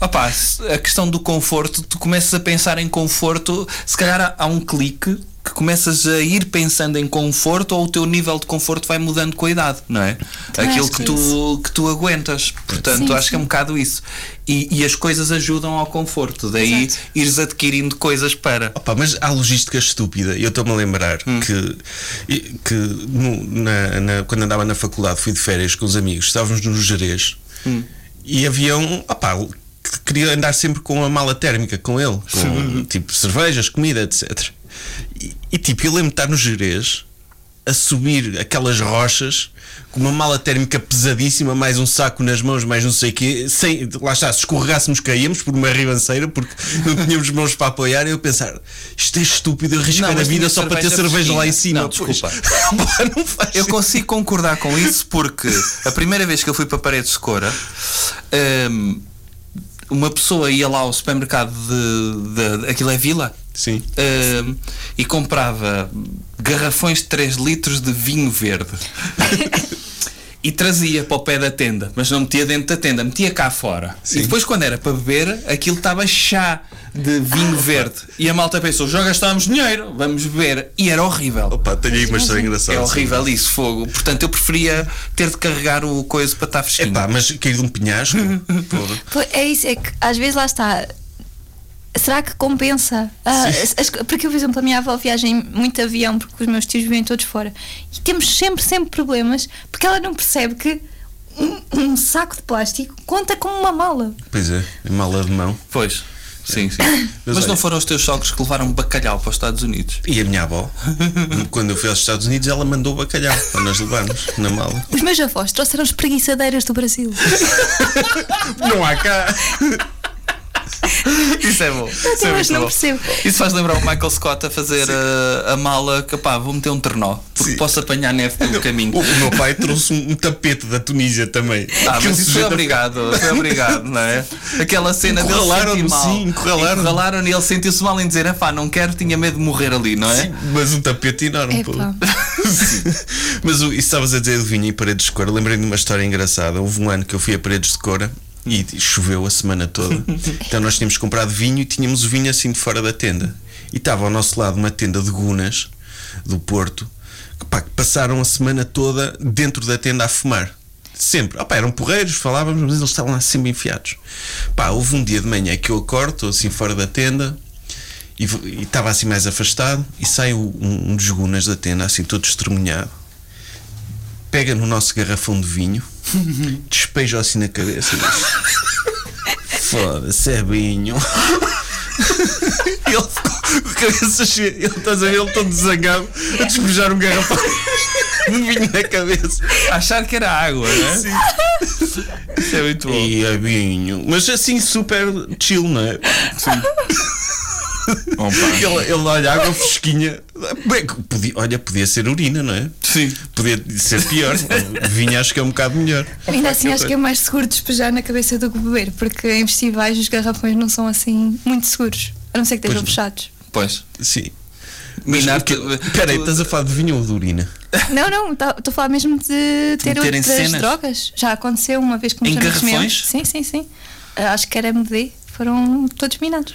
F: Opa, a questão do conforto, tu começas a pensar em conforto, se calhar há- há um clique que começas a ir pensando em conforto ou o teu nível de conforto vai mudando com a idade, não é?
E: Também
F: Aquilo
E: acho
F: que
E: que
F: tu, que tu aguentas. Portanto,
E: Sim,
F: acho que é
E: sim.
F: um bocado isso. E, e as coisas ajudam ao conforto, daí
E: Exato.
F: ires adquirindo coisas para.
C: Opa, mas há logística estúpida. Eu estou-me a lembrar que, que no- na- na- quando andava na faculdade fui de férias com os amigos, estávamos no Jerez e havia um. Opa, que queria andar sempre com a mala térmica com ele, com tipo cervejas, comida, etc. E, e, tipo, eu lembro de estar no Jerez a subir aquelas rochas com uma mala térmica pesadíssima, mais um saco nas mãos, mais não sei o quê, sem, lá está, se escorregássemos caíamos por uma ribanceira porque não tínhamos mãos para apoiar. E eu pensar, isto é estúpido, eu arriscar
F: Não,
C: a
F: mas
C: vida
F: tinha
C: só para ter
F: cerveja
C: cerveja lá em
F: fresquinha.
C: cima.
F: Não,
C: Pois.
F: desculpa.
C: Pá, não faz
F: Eu
C: sentido.
F: consigo concordar com isso porque a primeira vez que eu fui para Paredes de Coura, hum, uma pessoa ia lá ao supermercado de, de- aquilo é Vila?
C: Sim.
F: Hum, e comprava garrafões de 3 litros de vinho verde. E trazia para o pé da tenda, mas não metia dentro da tenda, metia cá fora. E depois, quando era para beber, aquilo estava chá de
C: Ah,
F: vinho verde. E a malta pensou: já gastámos dinheiro, vamos beber. E era horrível.
C: Pá, tenho aí uma história engraçada.
F: É horrível isso, fogo. Portanto, eu preferia ter de carregar o coisa para estar fresquinho.
C: Epá, mas cair de um penhasco. porra.
E: Pois, É isso, é que às vezes lá está. Será que compensa? Ah, as- as co- porque eu, por exemplo, a minha avó viaja em muito avião porque os meus tios vivem todos fora. E temos sempre, sempre problemas porque ela não percebe que um, um saco de plástico conta como uma mala.
C: pois é, mala de mão.
F: Pois. Sim, sim. Mas,
C: olha-
F: não foram os teus sogros que levaram bacalhau para os Estados Unidos?
C: E a minha avó, quando eu fui aos Estados Unidos, ela mandou bacalhau para nós levarmos na mala.
E: Os meus avós trouxeram espreguiçadeiras do Brasil.
C: Não há cá.
F: Isso é bom. Isso,
E: Até
F: é
E: hoje
F: muito
E: não
F: bom.
E: percebo.
F: Isso faz lembrar o Michael Scott a fazer uh, a mala que, pá, vou meter um ternó, porque
C: Sim.
F: posso apanhar neve pelo caminho.
C: O, o meu pai trouxe um, um tapete da Tunísia também.
F: Ah,
C: Aquele
F: mas isso foi
C: sujeito-
F: obrigado, foi obrigado, não é? Aquela cena dele
C: Encurralaram-no,
F: sentir mal.
C: sim, encurralaram-no.
F: Encurralaram-no e ele sentiu-se mal em dizer, ah pá, não quero, tinha medo de morrer ali, não é?
C: Sim, mas um tapete enorme. pô.
E: Epá.
C: Sim. mas o, isso que estavas a dizer do vinho e paredes de cora. Lembrei-me de uma história engraçada. Houve um ano que eu fui a paredes de cora e choveu a semana toda. então nós tínhamos comprado vinho e tínhamos o vinho assim de fora da tenda. E estava ao nosso lado uma tenda de Gunas do Porto que, pá, que passaram a semana toda dentro da tenda a fumar. Sempre. Opá, eram porreiros, falávamos, mas eles estavam lá sempre enfiados. Pá, houve um dia de manhã que eu acordo, estou assim fora da tenda, e vo- e estava assim mais afastado e sai o- um, um dos gunas da tenda assim todo estremunhado pega no nosso garrafão de vinho despeja assim na cabeça e diz, foda-se é vinho ele ficou com a cabeça cheia ele, estás a ver, ele todo zangado a despejar um garrafão de vinho na cabeça
F: Achar que era água, não é? Isso é muito bom.
C: e é vinho mas assim super chill não é?
F: Bom, pá.
C: ele, ele olha água fresquinha Bem, podia- olha podia ser urina não é?
F: Sim.
C: Podia ser pior. Vinho acho que é um bocado melhor.
E: Ainda assim, acho que é mais seguro despejar na cabeça do que beber, porque em festivais os garrafões não são assim muito seguros, a não ser que estejam
C: Pois
E: fechados.
F: Pois.
C: Sim.
F: Minar
C: Mas o quê? Espera aí,
F: tu-
C: estás a falar de vinho ou de urina?
E: Não, não, tá- estou a falar mesmo de ter
F: meterem
E: outras
F: cenas?
E: drogas. Já aconteceu uma vez com
F: Em
E: os amigos
F: garrafões?
E: meus. Sim, sim, sim. Ah, acho que era MD. Foram todos minados.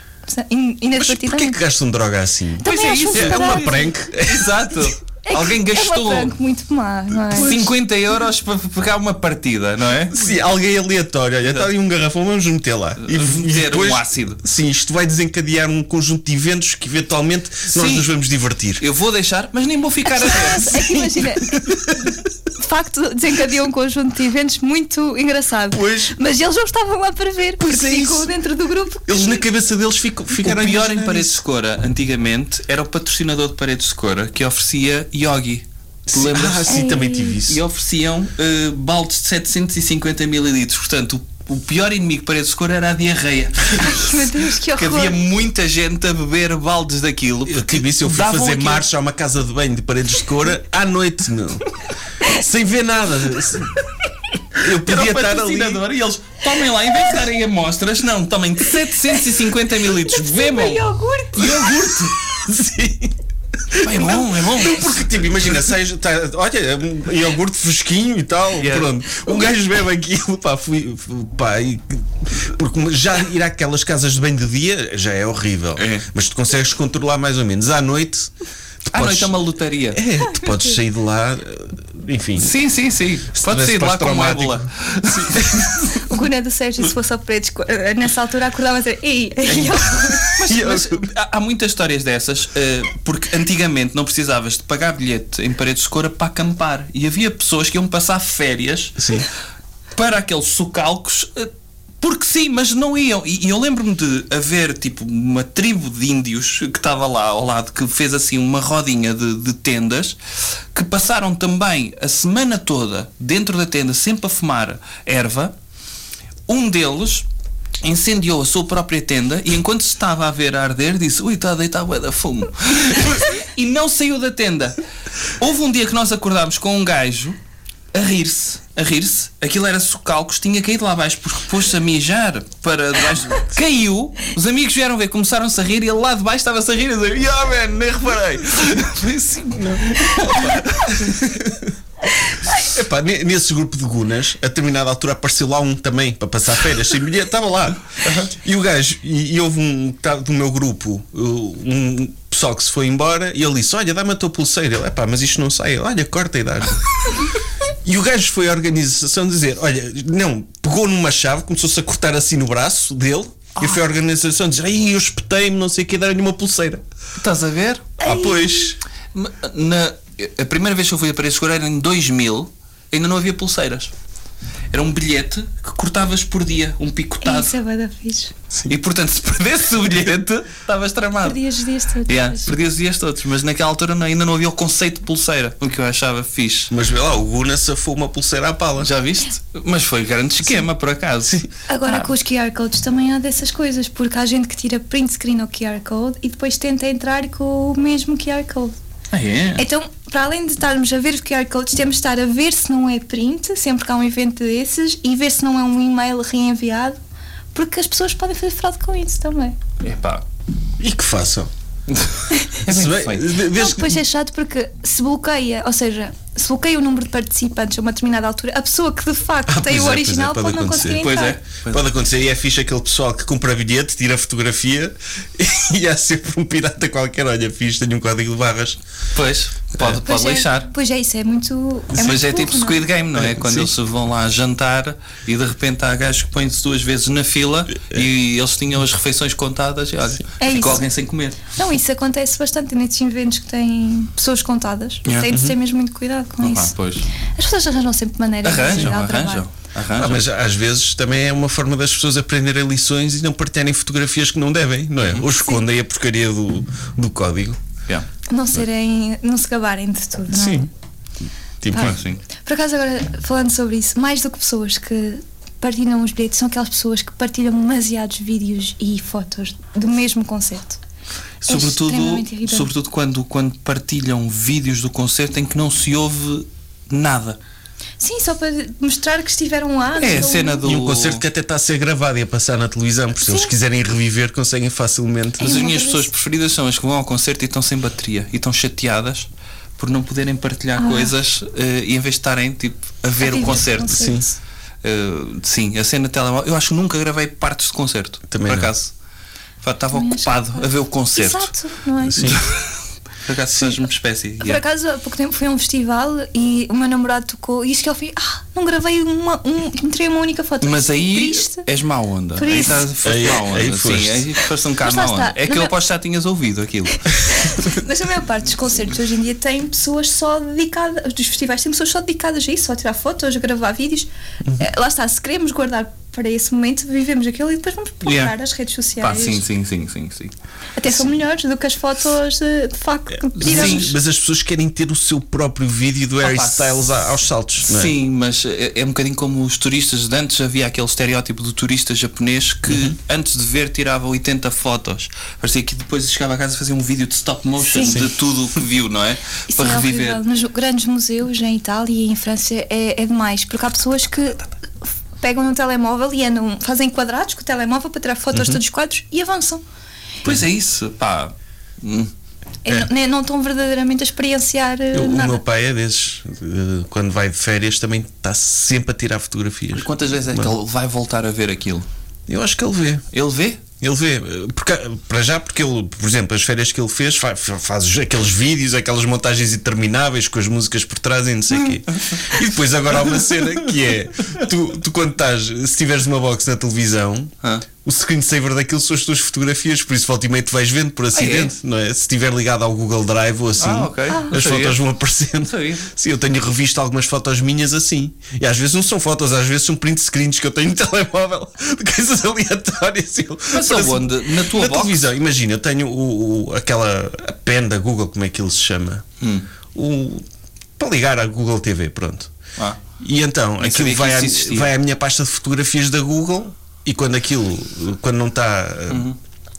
E: In,
C: Mas porquê que
E: inadvertidamente.
C: gastam droga assim?
E: Também
F: Pois é
E: acho
F: isso,
E: um
C: É
E: disparate.
C: uma prank.
F: Exato.
E: É que
F: Alguém gastou
E: É uma prank muito má, não é?
F: 50 euros para pegar uma partida, não é?
C: Sim, alguém aleatório, olha, está ali um garrafão, vamos meter lá. E,
F: Meter
C: e depois-
F: um ácido.
C: Sim, isto vai desencadear um conjunto de eventos que eventualmente nós
F: Sim.
C: nos vamos divertir.
F: Eu vou deixar, mas nem vou ficar a ver.
E: É que imagina. É De facto desencadeou um conjunto de eventos muito engraçado.
C: Pois.
E: Mas eles não estavam lá para ver, porque
C: Pois é
E: ficou
C: isso.
E: dentro do grupo.
C: Eles na cabeça deles ficam,
F: O
C: ficaram a
F: pior em
C: imaginar
F: Paredes
C: isso.
F: de Cora, antigamente, era o patrocinador de Paredes de Cora que oferecia yogi. Tu
C: Sim,
F: lembras?
C: Ah, sim, também tive
F: E
C: isso.
F: ofereciam eh, baldes de 750 mililitros. Portanto, o, o pior inimigo de Paredes de Cora era a diarreia.
E: Meu Deus, que
F: Porque
E: horror.
F: havia muita gente a beber baldes daquilo.
C: Eu tive isso, eu fui
F: Davam
C: fazer
F: aquilo-
C: marcha a uma casa de banho de paredes de cora à noite, meu. Sem ver nada. Eu
F: Era
C: podia
F: o
C: estar ali.
F: patrocinador e eles tomem lá, em vez de darem amostras, não, tomem 750 mililitros, bebam
E: iogurte.
F: iogurte.
C: Sim.
F: É bom, é bom.
C: Porque, tipo, imagina, sais, tá, olha, um iogurte fresquinho e tal, pronto. Um gajo bebe aquilo, pá, fui, fui- pá, e- porque já ir àquelas casas de bem de dia já é horrível.
F: É.
C: Mas tu consegues controlar mais ou menos. À noite, tu
F: À
C: podes,
F: noite é uma lotaria.
C: é, tu podes sair de lá, enfim.
F: Sim, sim, sim. Pode
C: tivesse
F: sair de lá com uma
C: pós-traumático.
F: ébola.
E: O Guna do Sérgio, se fosse ao preto, nessa altura acordava a dizer: Ei, ei,
F: Mas, mas há, há muitas histórias dessas, eh, porque antigamente não precisavas de pagar bilhete em paredes de cora para acampar. E havia pessoas que iam passar férias
C: Sim.
F: para aqueles socalcos. eh, porque sim, mas não iam. E, e eu lembro-me de haver tipo uma tribo de índios que estava lá ao lado que fez assim uma rodinha de, de tendas que passaram também a semana toda dentro da tenda sempre a fumar erva. Um deles incendiou a sua própria tenda e enquanto se estava a ver a arder disse ui, está a deitar bué da fumo e não saiu da tenda houve um dia que nós acordámos com um gajo a rir-se, a rir-se aquilo era socalcos, tinha caído lá abaixo porque pôs-se a mijar para debaixo caiu, os amigos vieram ver começaram-se a rir e ele lá de baixo estava-se a rir e dizer, yeah man, nem reparei Foi assim,
C: Epá, ne- nesse grupo de gunas, a determinada altura apareceu lá um também para passar férias sem bilhete, estava lá. E o gajo, e, e houve um que tá- do meu grupo, uh, um pessoal que se foi embora, e ele disse: Olha, dá-me a tua pulseira. Ele, epá, mas isto não sai. Ele, olha, corta e dá. E o gajo foi à organização dizer: Olha, não, pegou numa chave, começou-se a cortar assim no braço dele, e foi à organização dizer: Ai, eu espetei-me, não sei o que, deram-lhe uma pulseira.
F: estás a ver?
C: Ah, pois.
F: Na, a primeira vez que eu fui a Paredes de Cora era em 2000, ainda não havia pulseiras. Era um bilhete que cortavas por dia, um
C: Tá.
F: picotado.
E: Isso é bué da fixe.
F: E portanto, se perdesse o bilhete, estavas
C: Tá.
F: tramado.
E: Perdias os dias todos.
F: Yeah, perdias os dias todos, mas naquela altura não- ainda não havia o conceito de pulseira, o que eu achava fixe.
C: Mas vê lá, o Guna safou uma pulseira à pala.
F: Já viste? Mas foi um grande esquema, por acaso.
E: Agora com os QR codes também há dessas coisas, porque há gente que tira print screen ao QR code e depois tenta entrar com o mesmo QR code.
F: Ah, é?
E: Então, para além de estarmos a ver os QR codes, temos de estar a ver se não é print, sempre que há um evento desses, e ver se não é um e-mail reenviado, porque as pessoas podem fazer fraude com isso também.
F: Epá.
C: E que façam.
F: É
C: Se bem-
F: bem feito.
C: de-
E: Não,
C: desde que-
E: depois é chato porque se bloqueia, ou seja, se bloqueia o número de participantes a uma determinada altura, a pessoa que de facto
C: Ah,
E: tem
C: pois é,
E: o
C: pois é,
E: original
C: pode
E: pode, não
C: acontecer.
E: conseguir
F: Pois
E: entrar.
F: é. Pois
C: Pode acontecer e é fixe aquele pessoal que compra bilhete, tira fotografia e há sempre um pirata qualquer. Olha, fixe, tenho um código de barras.
F: Pois, pode,
E: Pois
F: pode
E: é,
F: lixar.
E: Pois é, isso é muito. É
F: Mas
E: muito
F: é tipo
E: burro, não é?
F: Squid Game, não é? Quando
C: Sim.
F: eles vão lá jantar e de repente há gajos que põem-se duas vezes na fila
C: É,
F: e eles tinham as refeições contadas e olha,
E: É
F: ficou
E: isso.
F: alguém sem comer.
E: Não, isso acontece bastante nesses eventos que têm pessoas contadas.
F: Yeah.
E: Tem de ter mesmo muito cuidado com
F: Ah,
E: É isso.
F: pois.
E: As pessoas arranjam sempre maneiras de
F: Arranjam,
E: dar
F: arranjam,
E: trabalho.
C: Ah,
F: arranjam.
C: mas às vezes também é uma forma das pessoas aprenderem lições e não partilharem fotografias que não devem, não é?
F: Uhum.
C: Ou escondem a porcaria do, do código.
F: Yeah.
E: Não serem, não se gabarem de tudo,
F: Ah.
E: não é?
C: Sim. Tipo,
E: Pá.
F: Sim.
E: Por acaso agora falando sobre isso, mais do que pessoas que partilham os bilhetes, são aquelas pessoas que partilham demasiados vídeos e fotos do mesmo concerto. extremamente
F: Sobretudo,
E: irritante.
F: sobretudo quando, quando partilham vídeos do concerto em que não se ouve nada.
E: Sim, só para mostrar que estiveram lá.
F: É a
E: só-
F: cena do.
C: e um concerto que até está a ser gravado e a passar na televisão, porque se eles quiserem reviver, conseguem facilmente.
F: Mas
E: É
F: as
E: uma
F: minhas
E: coisa
F: pessoas
E: assim.
F: preferidas são as que vão ao concerto e estão sem bateria e estão chateadas por não poderem partilhar coisas eh, e em vez de estarem tipo, a ver
E: Ah. viver
F: o
E: o
F: concerto.
E: concerto.
F: Sim. Eh, sim, a cena de telemóvel. Eu acho que nunca gravei partes de concerto.
C: Também
F: por
C: não.
F: acaso. Pá, Estava
E: Também acho que
F: ocupado
E: não.
F: a ver o concerto.
E: Exato, não é?
F: Por acaso são a mesma espécie.
E: Por
F: yeah.
E: acaso, há pouco tempo fui a um festival e o meu namorado tocou e isto que eu fui, ah, não gravei uma, um, não tirei uma única foto.
F: Mas aí é
E: Triste.
F: és má onda.
E: Por
F: aí
E: isso.
F: estás- foste
C: Aí- é-
F: má onda.
C: aí
F: Sim,
C: foste.
F: aí foste um
E: Mas
F: bocado
E: lá
F: má onda.
E: está.
F: É que
E: Não
F: eu
E: é-
F: aposto que já tinhas ouvido aquilo.
E: Mas a maior parte dos concertos hoje em dia tem pessoas só dedicadas, dos festivais têm pessoas só dedicadas a isso, só a tirar fotos, a gravar vídeos.
F: Uhum.
E: Eh, Lá está, se queremos guardar para esse momento, vivemos aquilo e depois vamos procurar
F: Yeah.
E: as redes sociais.
F: Pá, sim, sim, sim, sim, sim.
E: Até são melhores do que as fotos eh, de facto que tiramos.
C: Sim, mas as pessoas querem ter o seu próprio vídeo do Harry
F: Opa,
C: Styles a- aos saltos, não é?
F: Sim, mas é, é um bocadinho como os turistas de antes. Havia aquele estereótipo do turista japonês que
E: Uhum.
F: antes de ver tirava 80 fotos. Parecia que depois chegava a casa e fazia um vídeo de stop motion
E: Sim.
F: de tudo o que viu, não é?
E: Isso
F: Para
E: é
F: reviver.
E: horrível. Nos grandes museus em Itália e em França é, é demais, porque há pessoas que f- pegam no telemóvel e andam, fazem quadrados com o telemóvel para tirar
C: Uhum.
E: fotos de todos os quadros e avançam.
F: Pois é isso, pá. Hum.
E: E n- nem- É, Não estão verdadeiramente a experienciar eh,
C: É. Eu- o
E: nada.
C: meu pai é desses. eh, Quando vai de férias também está sempre a tirar fotografias.
F: Quantas vezes é que ele vai voltar a ver aquilo?
C: Eu acho que ele vê.
F: Ele vê?
C: Ele vê, eh, porque, para já, porque ele, por exemplo, as férias que ele fez, fa- fa- faz, os- aqueles vídeos, aquelas montagens intermináveis com as músicas por trás e não sei o quê. E depois agora há uma cena que é: tu, tu quando estás, se tiveres uma box na televisão,
F: Ah.
C: o screensaver daquilo são as tuas fotografias, por isso volta e meia te vais vendo por acidente, não é? Se estiver ligado ao Google Drive ou assim,
F: Ah, ok. Não
C: as
F: sabia.
C: fotos vão aparecendo.
F: sabia.
C: Sim, eu tenho revisto algumas fotos minhas assim. E às vezes não são fotos, às vezes são print screens que eu tenho no telemóvel de coisas aleatórias. Eu-
F: Mas
C: parece-
F: aonde? Na tua box?
C: televisão, imagina, eu tenho o, o- aquela pen da Google, como é que ele se chama?
F: Hum.
C: O, para ligar à Google TV, pronto.
F: Ah.
C: E então,
F: Nem
C: aquilo
F: sabia que
C: vai,
F: isso
C: à-
F: existia.
C: vai à minha pasta de fotografias da Google e quando aquilo, quando não está eh,
F: Uhum.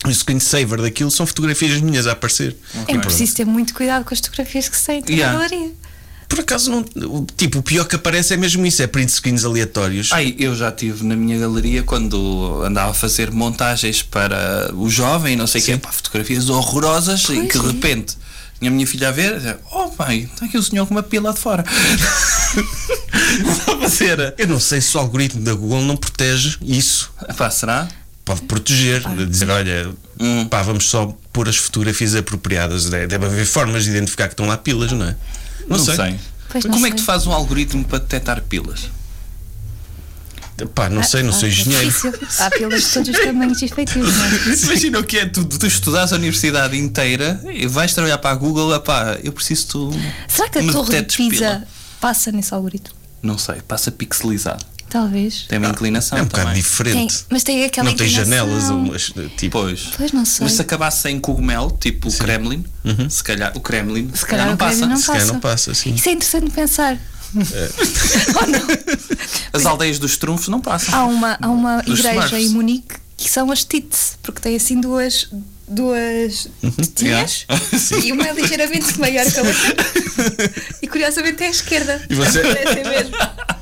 C: o screensaver daquilo, são fotografias minhas a aparecer.
F: Hum.
E: É preciso ter muito cuidado com as fotografias que se têm tem
F: Yeah.
E: galeria.
C: Por acaso, não, o- tipo, o pior que aparece é mesmo isso: é print screens aleatórios.
F: Ai, eu já tive na minha galeria quando andava a fazer montagens para o jovem, não sei o quê, pá, fotografias horrorosas e
E: Pois
F: que de
E: é.
F: repente tinha a minha filha a ver, dizia, oh pai, está aqui o senhor com uma pila de fora. Só para ser.
C: Eu não sei se o algoritmo da Google não protege isso.
F: Pá, será?
C: Pode proteger, dizer, olha,
F: Hum.
C: pá, vamos só pôr as fotografias apropriadas. Deve deve haver formas de identificar que estão lá pilas, não é? Não,
E: Pois não
F: Como é que
E: sei.
F: tu fazes um algoritmo para detectar pilas?
C: Pá, não sei, não sou
E: Ah, é
C: engenheiro.
E: difícil. Há pilas de todos os tamanhos e feitios, não é?
F: Imagina o que é, tu, tu estudares a universidade inteira e vais trabalhar para a Google, ah, pá, eu preciso tu.
E: Será que a
F: me
E: torre de
F: detectes
E: Pisa
F: pila.
E: passa nesse algoritmo?
F: Não sei, passa pixelizado.
E: Talvez.
F: Tem uma inclinação
C: É um
F: também.
C: bocado
E: Tem-
C: diferente.
E: mas tem aquela
C: não tem
E: inclinação.
C: janelas, umas, tipo.
F: Pois.
E: Pois é. não sei.
F: Mas se acabasse em cogumelo, tipo o Kremlin, se calhar o Kremlin, se,
E: calhar
F: não
E: o Kremlin
F: passa.
E: não
C: se calhar não passa, sim.
E: Isso é interessante pensar.
F: As aldeias dos trunfos não passam.
E: Há uma, há uma
F: Dos
E: igreja em
F: Smurfs.
E: Munique que são as tits, porque tem assim duas. Duas tetinhas e uma é ligeiramente maior que a outra. E curiosamente é à esquerda.
C: E você-
E: Parece mesmo.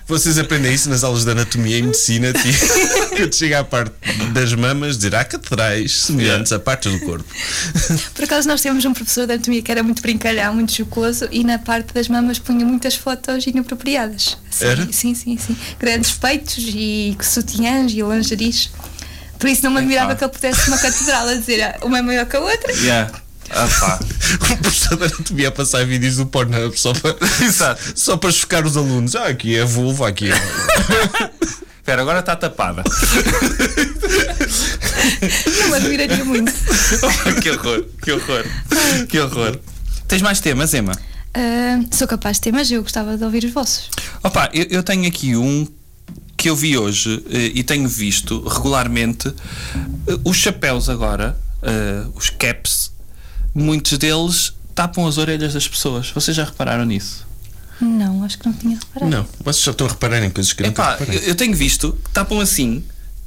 C: Vocês aprendem isso nas aulas de anatomia e medicina, tipo, quando chega à parte das mamas, dizer há catedrais semelhantes a partes do corpo.
E: Por acaso nós temos um professor de anatomia que era muito brincalhão, muito jocoso e na parte das mamas punha muitas fotos inapropriadas. Sim,
C: Era?
E: Sim, sim, sim. Grandes peitos e sutiãs e lingeries. Por isso não me admirava
F: Epá.
E: que ele pudesse uma catedral a dizer "Ah, uma é maior que a outra.
F: Yeah. Ah, pá.
C: O professor de anatomia a passar vídeos do Pornhub só para,
F: Exato.
C: só para chocar os alunos. Ah, aqui é a vulva, aqui é.
F: Espera, agora está tapada.
E: Não me admiraria muito.
F: que horror, que horror, que horror. Tens mais temas, Emma?
E: Ah, sou capaz de ter, mas eu gostava de ouvir os vossos.
F: Opa, eu, eu tenho aqui um que eu vi hoje eh, e tenho visto regularmente. Eh, os chapéus agora, eh, os caps, muitos deles tapam as orelhas das pessoas. Vocês já repararam nisso?
E: Não, acho que não tinha reparado.
C: Não, vocês só estão a reparar em coisas que eu nunca
F: Epá, eu,
C: reparei.
F: eu tenho visto que tapam assim.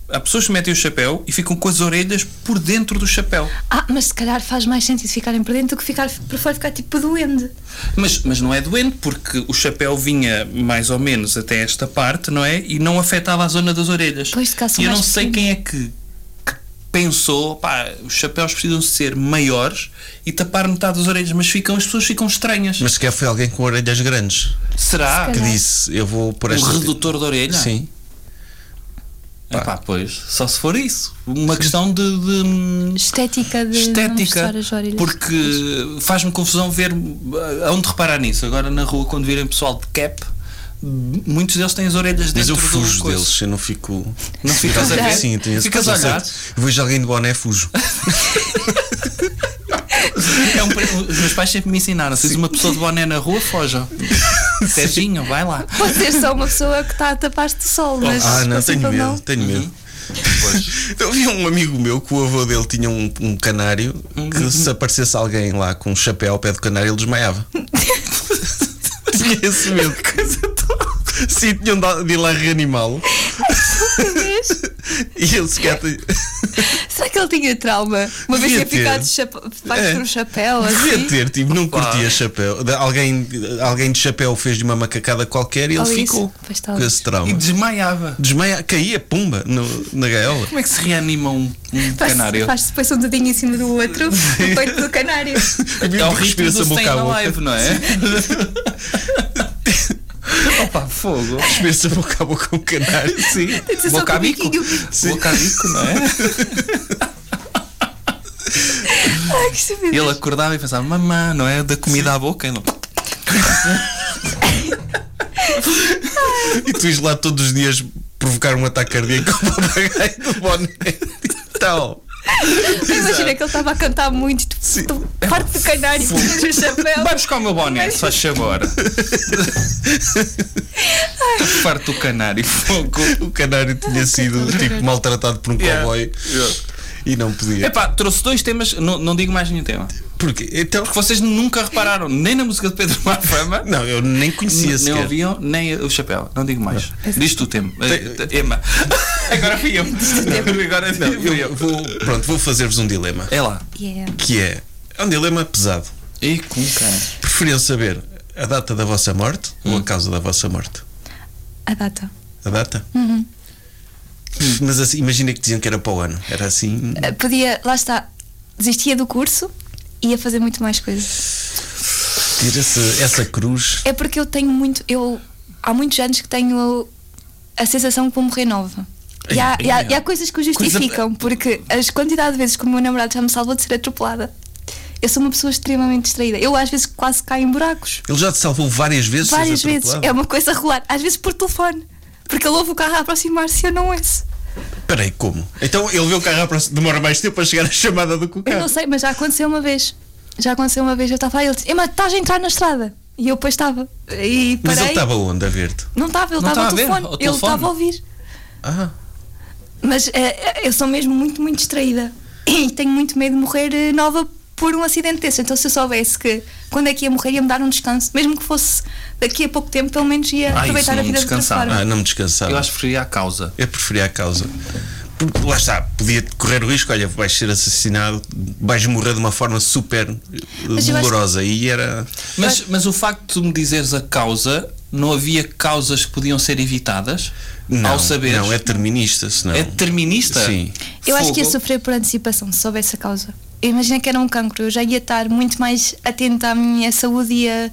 F: Há pessoas que metem o chapéu e ficam com as orelhas por dentro do chapéu.
E: Ah, mas se calhar faz mais sentido ficarem por dentro do que ficar por fora ficar tipo doende.
F: Mas, mas não é doente, porque o chapéu vinha mais ou menos até esta parte, não é? E não afetava a zona das orelhas.
E: Pois, cá são
F: e eu não
E: mais
F: sei quem é que, que pensou, pá, os chapéus precisam ser maiores e tapar metade das orelhas, mas ficam, as pessoas ficam estranhas.
C: Mas se calhar foi alguém com orelhas grandes
F: Será
C: que
E: calhar.
C: disse: Eu vou por
F: um
C: esta.
F: redutor de orelha?
C: Sim.
F: Epá, pois, só se for isso. Uma questão de- hum, de
E: Estética de não
F: estética,
E: mostrar as orelhas.
F: porque faz-me confusão ver ah, aonde reparar nisso. Agora na rua, quando virem pessoal de cap, muitos deles têm as orelhas
C: Mas
F: dentro
C: eu
F: do
C: fujo
F: coiso.
C: deles, eu não fico.
F: Não ficas a ver?
C: Sim, tenho esse
F: Ficas a olhar?
C: preconceito. Vejo alguém de boné, fujo.
F: É um pre- os meus pais sempre me ensinaram: se uma pessoa de boné na rua, foja. Serginho, vai lá.
E: Pode ser só uma pessoa que está a tapar-te do sol, mas
C: Ah, não, tenho
E: possível tipo, não.
C: medo, tenho medo. Eu vi um amigo meu que o avô dele tinha um, um canário
F: Uhum.
C: que se aparecesse alguém lá com um chapéu ao pé do canário ele desmaiava. tinha esse medo. Coisa Sim, tinham de- de ir lá reanimá-lo. E ele se calhar tem-
E: Será que ele tinha trauma? Uma vez
C: Devia
E: ter ficado
C: ter.
E: de chapa- debaixo
C: É.
E: de um chapéu
C: devia
E: assim.
C: ter, tipo, não curtia chapéu. De- Alguém, alguém de chapéu fez de uma macacada qualquer e ele
E: Ou isso,
C: ficou
E: pois
C: com
E: talvez.
C: esse
F: E
C: trauma.
F: desmaiava.
C: Desmaia, caía, pumba, no- na gaiola.
F: Como é que se reanima um, um
E: Faz-
F: canário?
E: Faz-se depois um dedinho em cima do outro, no peito do canário.
F: É o ritmo
C: Respira-se a
F: do
C: boca
F: Stay
C: a boca.
F: Alive, não é? Opa, fogo.
C: Espessa boca a boca um canário.
F: Sim,
E: que ser só
F: boca
E: com
F: a bico.
E: biquinho.
F: Boca a bico, não é?
E: Ai, que sabido.
F: Ele acordava e pensava, mamã, não é? Da comida à boca. Ele,
C: E tu ires lá todos os dias provocar um ataque cardíaco ao papagaio do boné. Então,
E: Imagina que ele estava a cantar muito, tipo, tu- parte do canário, tiras o chapéu.
F: vai buscar o meu boné, se faz favor. Farto do canário. Fogo.
C: o canário tinha sido tipo maltratado por um
F: Yeah.
C: cowboy
F: Yeah.
C: e não podia.
F: Epá, trouxe dois temas, não, não digo mais nenhum tema.
C: Porque, então,
F: Que vocês nunca repararam, nem na música de Pedro Marfama.
C: não, eu nem conhecia
F: Nem
C: sequer.
F: ouviam, nem o chapéu. Não digo mais. Diz tu o tema. Eh, Ema. Agora fui eu. Agora
C: Não,
F: fui
C: eu
F: eu.
C: vou, pronto, vou fazer-vos um dilema.
F: É lá.
E: Yeah.
C: Que é, é um dilema pesado.
F: E com cara.
C: Preferiam saber a data da vossa morte
F: Hum.
C: ou a causa da vossa morte?
E: A data.
C: A data?
E: Uhum.
C: Hum. Mas assim, imagina que diziam que era para o ano. Era assim.
E: Eh, Podia, lá está, desistia do curso e ia fazer muito mais coisas.
C: Tira essa, essa cruz.
E: É porque eu tenho muito, eu há muitos anos que tenho a, a sensação que vou morrer nova. E há, e há- e há coisas que o justificam, porque as quantidade de vezes que o meu namorado já me salvou de ser atropelada. Eu sou uma pessoa extremamente distraída. Eu às vezes quase caio em buracos.
C: Ele já te salvou várias vezes.
E: Várias
C: seja
E: vezes.
C: atropelado.
E: É uma coisa regular. Às vezes por telefone. Porque ele ouve o carro a aproximar-se e eu não ouço.
C: Peraí, como? Então ele vê o carro à próxima- demora mais tempo para chegar à chamada do que o
E: Eu
C: carro.
E: não sei, mas já aconteceu uma vez. Já aconteceu uma vez. Eu estava aí, ele disse: Ema, estás a entrar na estrada. E eu depois estava. E parei.
C: Mas ele estava onde a ver-te?
E: Não estava, ele
F: Não
E: estava ao
F: estava a ver,
E: telefone.
F: ao
E: Ele
F: telefone.
E: estava a ouvir.
C: Ah,
E: Mas eh, eu sou mesmo muito, muito distraída. E tenho muito medo de morrer eh, nova por um acidente desse. Então se eu soubesse que quando é que ia morrer, ia-me dar um descanso. Mesmo que fosse daqui a pouco tempo, pelo menos ia
F: Ah, isso
E: aproveitar
F: não é?
E: a
F: me
E: vida de outra
F: descansava.
E: forma.
C: ah, não me descansava.
F: Eu
C: Eu,
F: acho que preferia a causa.
C: preferia a causa. Porque lá está, podia correr o risco, olha, vais ser assassinado, vais morrer de uma forma super eh,
E: Mas eu acho-
C: dolorosa. E era.
F: Mas, mas o facto de tu me dizeres a causa, não havia causas que podiam ser evitadas?
C: Não,
F: ao saberes.
C: não é determinista, senão.
F: É determinista?
C: Sim.
E: Eu acho que ia
F: Fogo.
E: sofrer por antecipação, se soubesse a causa. Imagina que era um cancro, eu já ia estar muito mais atenta à minha saúde e a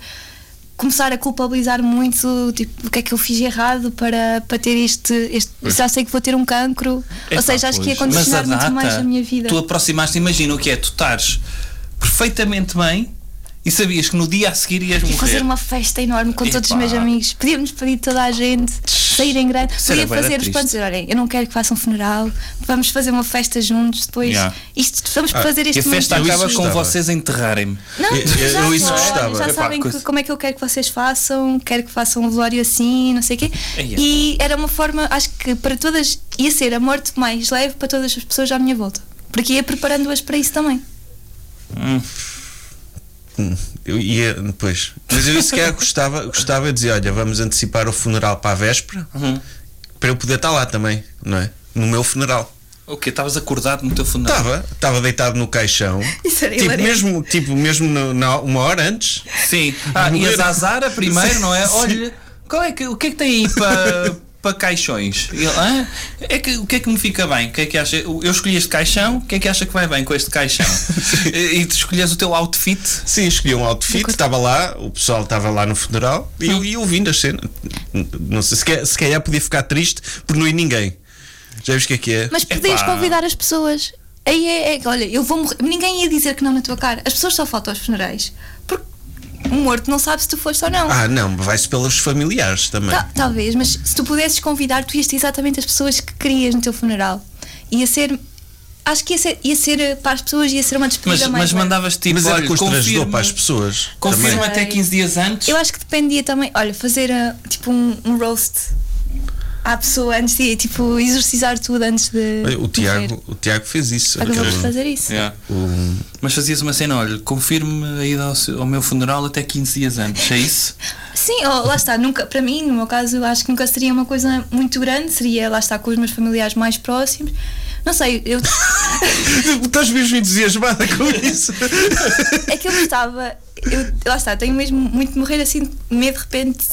E: começar a culpabilizar muito, tipo, o que é que eu fiz errado para, para ter este, este- Já sei que vou ter um cancro. Ou seja, acho que ia
F: Pois.
E: condicionar
F: Mas a
E: muito mais
F: data,
E: a minha vida.
F: Tu aproximaste, imagina o que é, tu estares perfeitamente bem e sabias que no dia a seguir ias
E: E
F: morrer.
E: fazer uma festa enorme com todos os
F: Epá.
E: meus amigos, podíamos pedir toda a gente, sair em grande,
F: Isso era
E: podia
F: bué da
E: fazer os
F: triste.
E: planos, dizer, olhem, eu não quero que façam um funeral, vamos fazer uma festa juntos, depois
F: Yeah. Ah,
E: isto, vamos fazer
F: E
E: este
F: a festa
E: momento
F: acaba
E: juntos.
F: com
C: gostava.
F: vocês enterrarem-me.
E: Não,
C: Eu- eu-
E: já,
C: eu isso
E: sabem,
C: gostava.
E: já
F: Epá,
E: sabem que-
F: coisa-
E: como é que eu quero que vocês façam, quero que façam um velório assim, não sei o quê.
C: É
F: Eia.
E: E era uma forma, acho que para todas, ia ser a morte mais leve para todas as pessoas à minha volta. Porque ia preparando-as para isso também.
C: Hum, Eu ia depois. Mas eu sequer gostava, gostava de dizer: olha, vamos antecipar o funeral para a véspera
E: Uhum.
C: para eu poder estar lá também, não é? No meu funeral.
F: O quê? Estavas acordado no teu funeral?
C: Estava, estava deitado no caixão.
E: Isso era
C: tipo,
E: hilariante.
C: mesmo, tipo, mesmo no- na, uma hora antes.
F: Sim. Ah,
C: Morrer.
F: ias à Zara primeiro, não é?
C: Sim.
F: Olha, qual é que, o que é que tem aí para. Para caixões. E ele, "Hã? é que, o que é que me fica bem? O que é que acha? Eu escolhi este caixão, o que é que acha que vai bem com este caixão? e, e tu escolhes o teu outfit.
C: Sim, escolhi um outfit, estava lá, o pessoal estava lá no funeral
E: Hum.
C: e eu ia ouvindo a cena. Não sei, se calhar, se calhar podia ficar triste por não ir ninguém. Já viste o que é que é?
E: Mas podias
F: Epá.
E: convidar as pessoas. Aí é, é que, olha, eu vou morrer. Ninguém ia dizer que não na tua cara. As pessoas só faltam aos funerais. Porque um morto não sabe se tu foste ou não.
C: Ah, não, vai-se pelos familiares também.
E: Ta- talvez, mas se tu pudesses convidar, tu ias ter exatamente as pessoas que querias no teu funeral. Ia ser. Acho que ia ser, ia ser eh, para as pessoas, ia ser uma
F: Mas,
E: despedida mais.
F: mas
E: leve.
F: mandavas tipo,
C: Mas é era
F: olha,
C: constrangedor
F: confirma,
C: para as pessoas. também. É.
F: confirma
E: Também.
F: até 15 dias antes.
E: Eu acho que dependia também. Olha, fazer eh, tipo um, um roast à pessoa antes de. Tipo, exorcizar tudo antes de.
C: O
E: morrer.
C: Tiago, eh, o Tiago fez isso.
E: Acabou de
C: Aquele-
E: fazer isso.
F: Yeah.
C: o-
F: Mas fazias uma cena, olha, confirme a ida ao, seu- ao meu funeral até 15 dias antes, é isso?
E: Sim, ó, lá está, nunca, para mim, no meu caso, acho que nunca seria uma coisa muito grande, seria lá estar com os meus familiares mais próximos. Não sei, eu
C: Estás mesmo entusiasmada com isso?
E: é que eu gostava, eu, lá está, tenho mesmo muito de morrer assim, de medo de repente,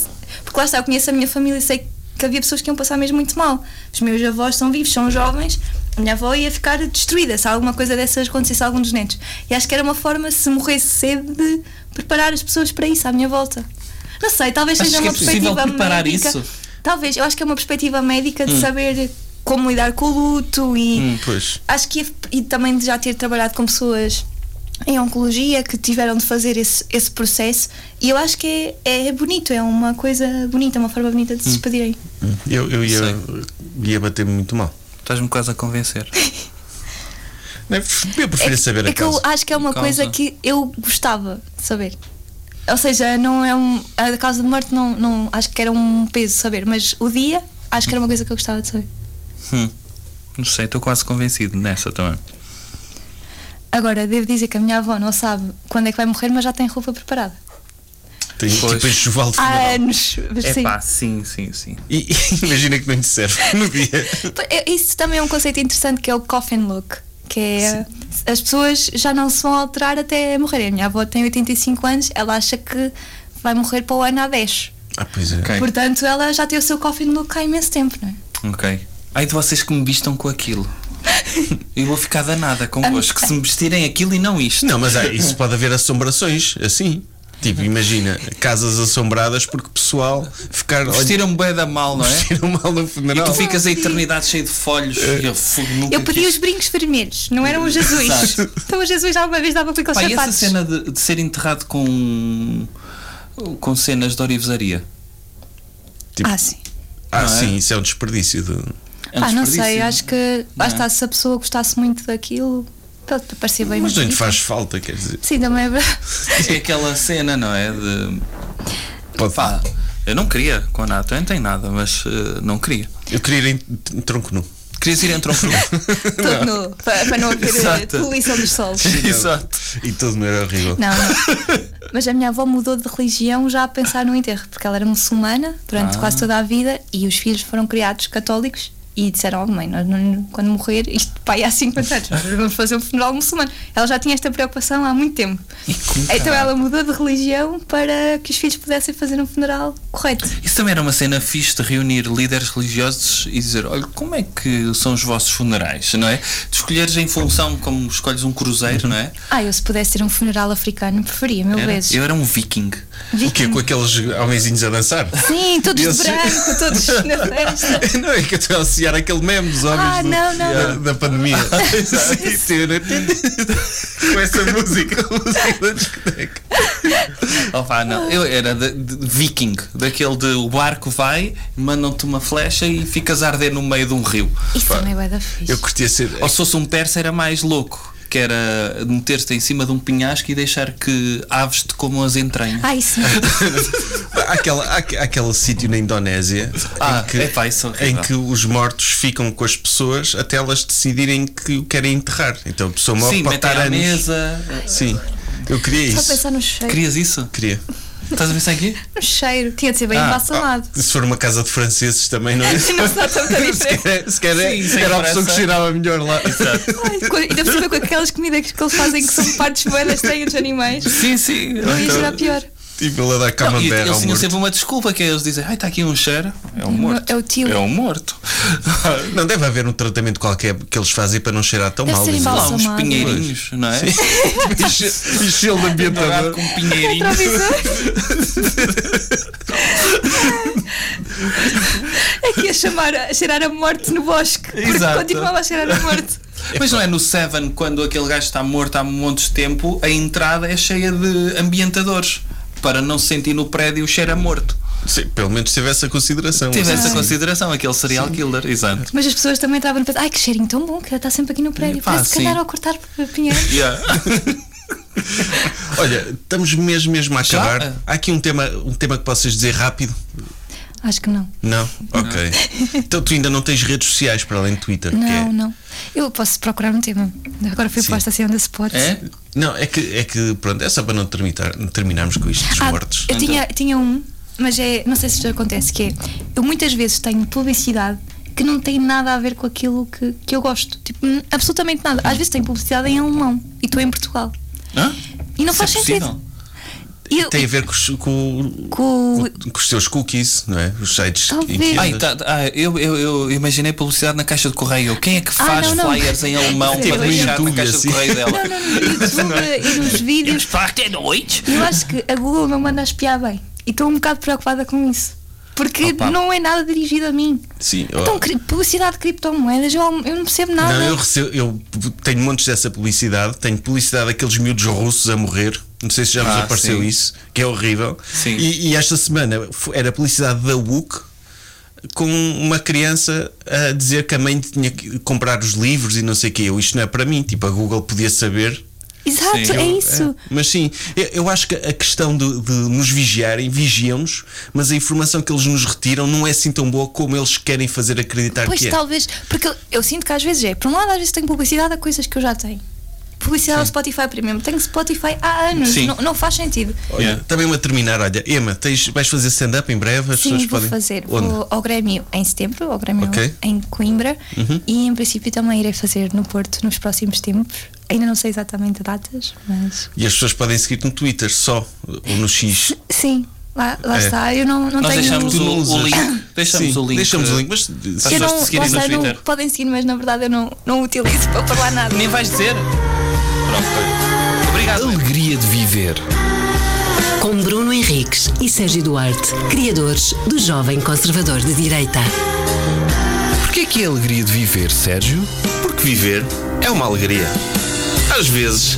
E: porque lá está, eu conheço a minha família e sei que havia pessoas que iam passar mesmo muito mal. Os meus avós são vivos, são jovens, a minha avó ia ficar destruída se alguma coisa dessas acontecesse a algum dos netos. E acho que era uma forma, se morresse cedo, de preparar as pessoas para isso à minha volta. Não sei, talvez
F: Achas
E: seja
F: que é
E: uma
F: possível
E: perspectiva
F: preparar
E: médica.
F: isso? Hum.
E: Talvez, eu acho que é uma perspectiva médica de saber como lidar com o luto e
C: Hum, Pois.
E: acho que ia- e também de já ter trabalhado com pessoas em oncologia que tiveram de fazer esse, esse processo e eu acho que é, é bonito, é uma coisa bonita, uma forma bonita
C: Hum.
E: de se despedirem.
C: Eu, eu ia, ia bater-me muito mal.
F: Estás-me quase a convencer.
C: Não é? Eu prefiro saber
E: é
C: a
E: que eu
C: causa.
E: acho que é uma
F: Causa.
E: coisa que eu gostava de saber. Ou seja, não é um, a causa de morte não, não acho que era um peso saber, mas o dia acho que era uma coisa que eu gostava de saber.
F: Hum. Não sei, estou quase convencido nessa também.
E: Agora, devo dizer que a minha avó não sabe quando é que vai morrer, mas já tem roupa preparada.
C: Tenho
F: Pois.
C: tipo enxoval de
E: Há
C: funeral.
E: anos. É sim.
F: pá, sim, sim, sim.
C: E, e imagina que não lhe serve no dia.
E: É- Isso também é um conceito interessante que é o coffin look, que é as pessoas já não se vão alterar até morrerem. A minha avó tem 85 anos, ela acha que vai morrer para o ano há 10.
C: Ah, pois é.
F: Ok.
E: Portanto, ela já tem o seu coffin look há imenso tempo, não é?
F: Ok. Ai de vocês que me vistam com aquilo. Eu vou ficar danada convosco se me vestirem aquilo e não isto.
C: Não, mas há- isso pode haver assombrações, assim. Tipo, imagina, casas assombradas porque o pessoal ficar. olha,
F: Vestiram-me bué da mal, não é?
C: vestiram mal no
F: E
C: funeral.
F: tu ficas a eternidade cheio de folhos. E eu, fogo, nunca
E: Eu pedi
F: quis.
E: os brincos vermelhos, não eram os azuis.
F: é Exato.
E: então os azuis alguma vez dava para aqueles
F: Pá, e essa
E: sapatos.
F: cena de, de ser enterrado com. com cenas de orivesaria?
E: Ah, sim.
C: Ah,
F: Não é?
C: sim, isso é um desperdício. De...
F: tipo, É um
E: ah, não sei,
F: desperdício.
E: acho que
F: Não é?
E: basta se a pessoa gostasse muito daquilo, pode parecer bem
C: Mas não lhe
E: bonito.
C: faz falta, quer dizer.
E: Sim, também é verdade.
F: É aquela cena, não é? De.
C: Pode-
F: Pá, eu não queria com a Nato, eu não tenho nada, mas eh, não queria.
C: Eu queria ir em t- em tronco nu.
F: Querias ir em tronco
E: Todo nu, para, para não haver eh,
F: Exato.
E: poluição dos solos.
F: Exato.
C: E todo não era horrível.
E: Não, não. Mas a minha avó mudou de religião já a pensar no enterro, porque ela era muçulmana durante
C: Ah.
E: quase toda a vida e os filhos foram criados católicos e disseram: oh, mãe, nós não- quando morrer, isto pai há 50 anos, nós vamos fazer um funeral muçulmano. Ela já tinha esta preocupação há muito tempo.
F: É,
E: Então ela mudou de religião para que os filhos pudessem fazer um funeral correto.
F: Isso também era uma cena fixe de reunir líderes religiosos e dizer: olha, como é que são os vossos funerais, não é? De escolheres em função como escolhes um cruzeiro, não é?
E: Ah, eu se pudesse ter um funeral africano, preferia mil
F: Era-
E: vezes.
F: eu era um viking.
C: O quê? Com aqueles homenzinhos a dançar?
E: Sim, todos
C: Esse-
E: de branco, todos na festa.
C: Não é que eu estou a associar aquele meme dos homens
E: Ah,
C: do-
E: não, não,
C: da,
E: não.
C: da pandemia. Sim, sim, né? Com essa música, a música da discoteca.
F: Oh, pá, não. Eu era de, de viking, daquele de o barco vai, mandam-te uma flecha e ficas a arder no meio de um rio.
E: Isso também vai dar fixe.
C: Eu curtia ser.
F: Ou se fosse um persa era mais louco, que era meter-te em cima de um penhasco e deixar que aves te comam as entranhas.
E: Ah, isso
C: Há aquela- há aque- há aquele sítio na Indonésia
F: Ah,
C: em, que,
F: epá, isso é horrível.
C: em que os mortos ficam com as pessoas até elas decidirem que o querem enterrar. Então a pessoa morre
F: Sim,
C: para
F: meter
C: estar
F: à
C: anos.
F: mesa.
C: Sim, eu queria
E: Só
C: isso.
E: pensar no cheiro.
F: Querias isso?
C: Queria.
F: Estás a pensar aqui?
E: No cheiro. Tinha de ser bem
F: Ah,
E: embaçalado.
C: Se for uma casa de franceses também, não é?
E: Assim não se dá tanta diferença.
C: É, se calhar
F: Sim, sem
C: era a pessoa que
F: pressa.
C: cheirava é melhor lá. Exato.
E: Ai, co- Ainda por cima com aquelas comidas que eles fazem que são partes boedas estranhas dos animais.
F: Sim, sim.
E: Não ia será pior.
C: Tipo, ela dá
F: Não, e
C: camamberra
F: eles
C: ao
F: tinham
C: morto.
F: sempre uma desculpa que é eles dizem, ai, está aqui um cheiro. É um morto.
E: É o tio.
F: É um morto.
C: Não deve haver um tratamento qualquer que eles fazem para não cheirar tão
E: Deve
C: mal. assim.
E: ser
C: diz
E: em
F: Tá Lá,
C: ela.
F: uns
E: Balsamado.
F: pinheirinhos, não é?
C: E che- e cheio de
F: Nadar
C: ambientador.
F: com pinheirinhos.
E: Provisor. É que ia chamar a cheirar a morte no bosque, porque
F: Exato.
E: continuava a cheirar a morte.
F: Mas não é no Seven, quando aquele gajo está morto há montes de tempo, a entrada é cheia de ambientadores para não se sentir no prédio o cheiro a morto.
C: Sim, pelo menos teve essa consideração. Assim.
F: Tive essa
C: Sim.
F: consideração, aquele serial killer, exato.
E: Mas as pessoas também estavam a pensar, ai que cheirinho tão bom, que ela está sempre aqui no prédio,
F: Epá,
E: parece que
F: sim.
E: andaram a cortar pinheiros.
C: Olha, estamos mesmo, mesmo a
F: Já? Ah.
C: acabar. Há aqui um tema, um tema que possas dizer rápido?
E: Acho que não.
C: Não? Ok. Então tu ainda não tens redes sociais para além do Twitter? que é-
E: Não, não. Eu posso procurar um tema. Agora fui
C: Sim.
E: posta assim on the spot.
F: É?
C: Não, é que, é que pronto, é só para não terminar, terminarmos com isto dos
E: Ah,
C: mortos.
E: eu tinha, tinha um, mas é, não sei se isto acontece, que é, eu muitas vezes tenho publicidade que não tem nada a ver com aquilo que, que eu gosto. Tipo, n- absolutamente nada. Às vezes tenho publicidade em alemão e estou em Portugal.
F: Hã?
E: E não
F: Isso
E: faz
F: é possível?
E: sentido. E eu-
C: Tem a ver com os, com,
E: com-
C: com os teus cookies, não é? Os sites
E: Talvez.
C: em que
F: Ai,
C: andas.
F: tá, ah, eu, eu, eu imaginei publicidade na caixa de correio. Quem é que faz
E: Ah, não, não.
F: flyers em alemão
E: Tipo
F: para
E: no
F: deixar na
C: YouTube,
F: caixa
C: assim.
F: de correio dela?
E: Não, não, no YouTube e nos vídeos.
F: Parte é noite?
E: Eu acho que a Google não manda espiar bem. E estou um bocado preocupada com isso. Porque
F: Opa.
E: não é nada dirigido a mim.
C: Sim, ó.
E: Então, cri- publicidade de criptomoedas, eu, eu não percebo nada.
C: Não, eu, recebo, eu tenho montes dessa publicidade. Tenho publicidade daqueles miúdos russos a morrer. Não sei se já vos
F: Ah,
C: apareceu
F: sim.
C: isso, que é horrível.
F: Sim.
C: E, e esta semana fo- era publicidade da WUC com uma criança a dizer que a mãe tinha que comprar os livros e não sei o que. Isto não é para mim. Tipo, a Google podia saber.
E: Exato,
F: Sim,
E: é
F: eu-
E: isso.
C: Mas sim, eu, eu acho que a questão de, de nos vigiarem, vigiam-nos, mas a informação que eles nos retiram não é assim tão boa como eles querem fazer acreditar
E: Pois
C: que é.
E: talvez, porque eu, eu sinto que às vezes é, por um lado às vezes tenho publicidade a coisas que eu já tenho. Publicidade ao Spotify Premium. Tenho Spotify há anos,
F: Sim.
E: não, não faz sentido.
C: Olha,
F: Yeah.
C: também uma terminar, olha, Emma, tens, vais fazer stand-up em breve? As
E: Sim,
C: pessoas
E: vou
C: podem.
E: fazer.
C: Onde?
E: Vou ao Grêmio em setembro, ao Grêmio
C: Ok.
E: em Coimbra e em princípio também irei fazer no Porto nos próximos tempos. Ainda não sei exatamente datas, mas.
C: E as pessoas podem seguir-te no Twitter só, ou no X.
E: Sim, lá, lá
C: É.
E: está. Eu não, não
F: Nós
E: tenho.
F: deixamos
C: Tu não
F: o, o
C: usas.
F: link. Deixamos
C: Sim,
F: o link.
C: Deixamos o link,
F: eh,
C: mas
E: eu
F: pessoas
E: não,
F: te seguirem
E: lá
F: no
E: está, não-
F: Twitter.
E: podem seguir, mas na verdade eu não, não utilizo para falar nada.
F: Nem vais dizer? Pronto. Obrigado.
B: Alegria de viver.
D: Com Bruno Henriques e Sérgio Duarte, criadores do Jovem Conservador de Direita.
B: Porquê que é alegria de viver, Sérgio?
G: Porque viver é uma alegria. Às vezes.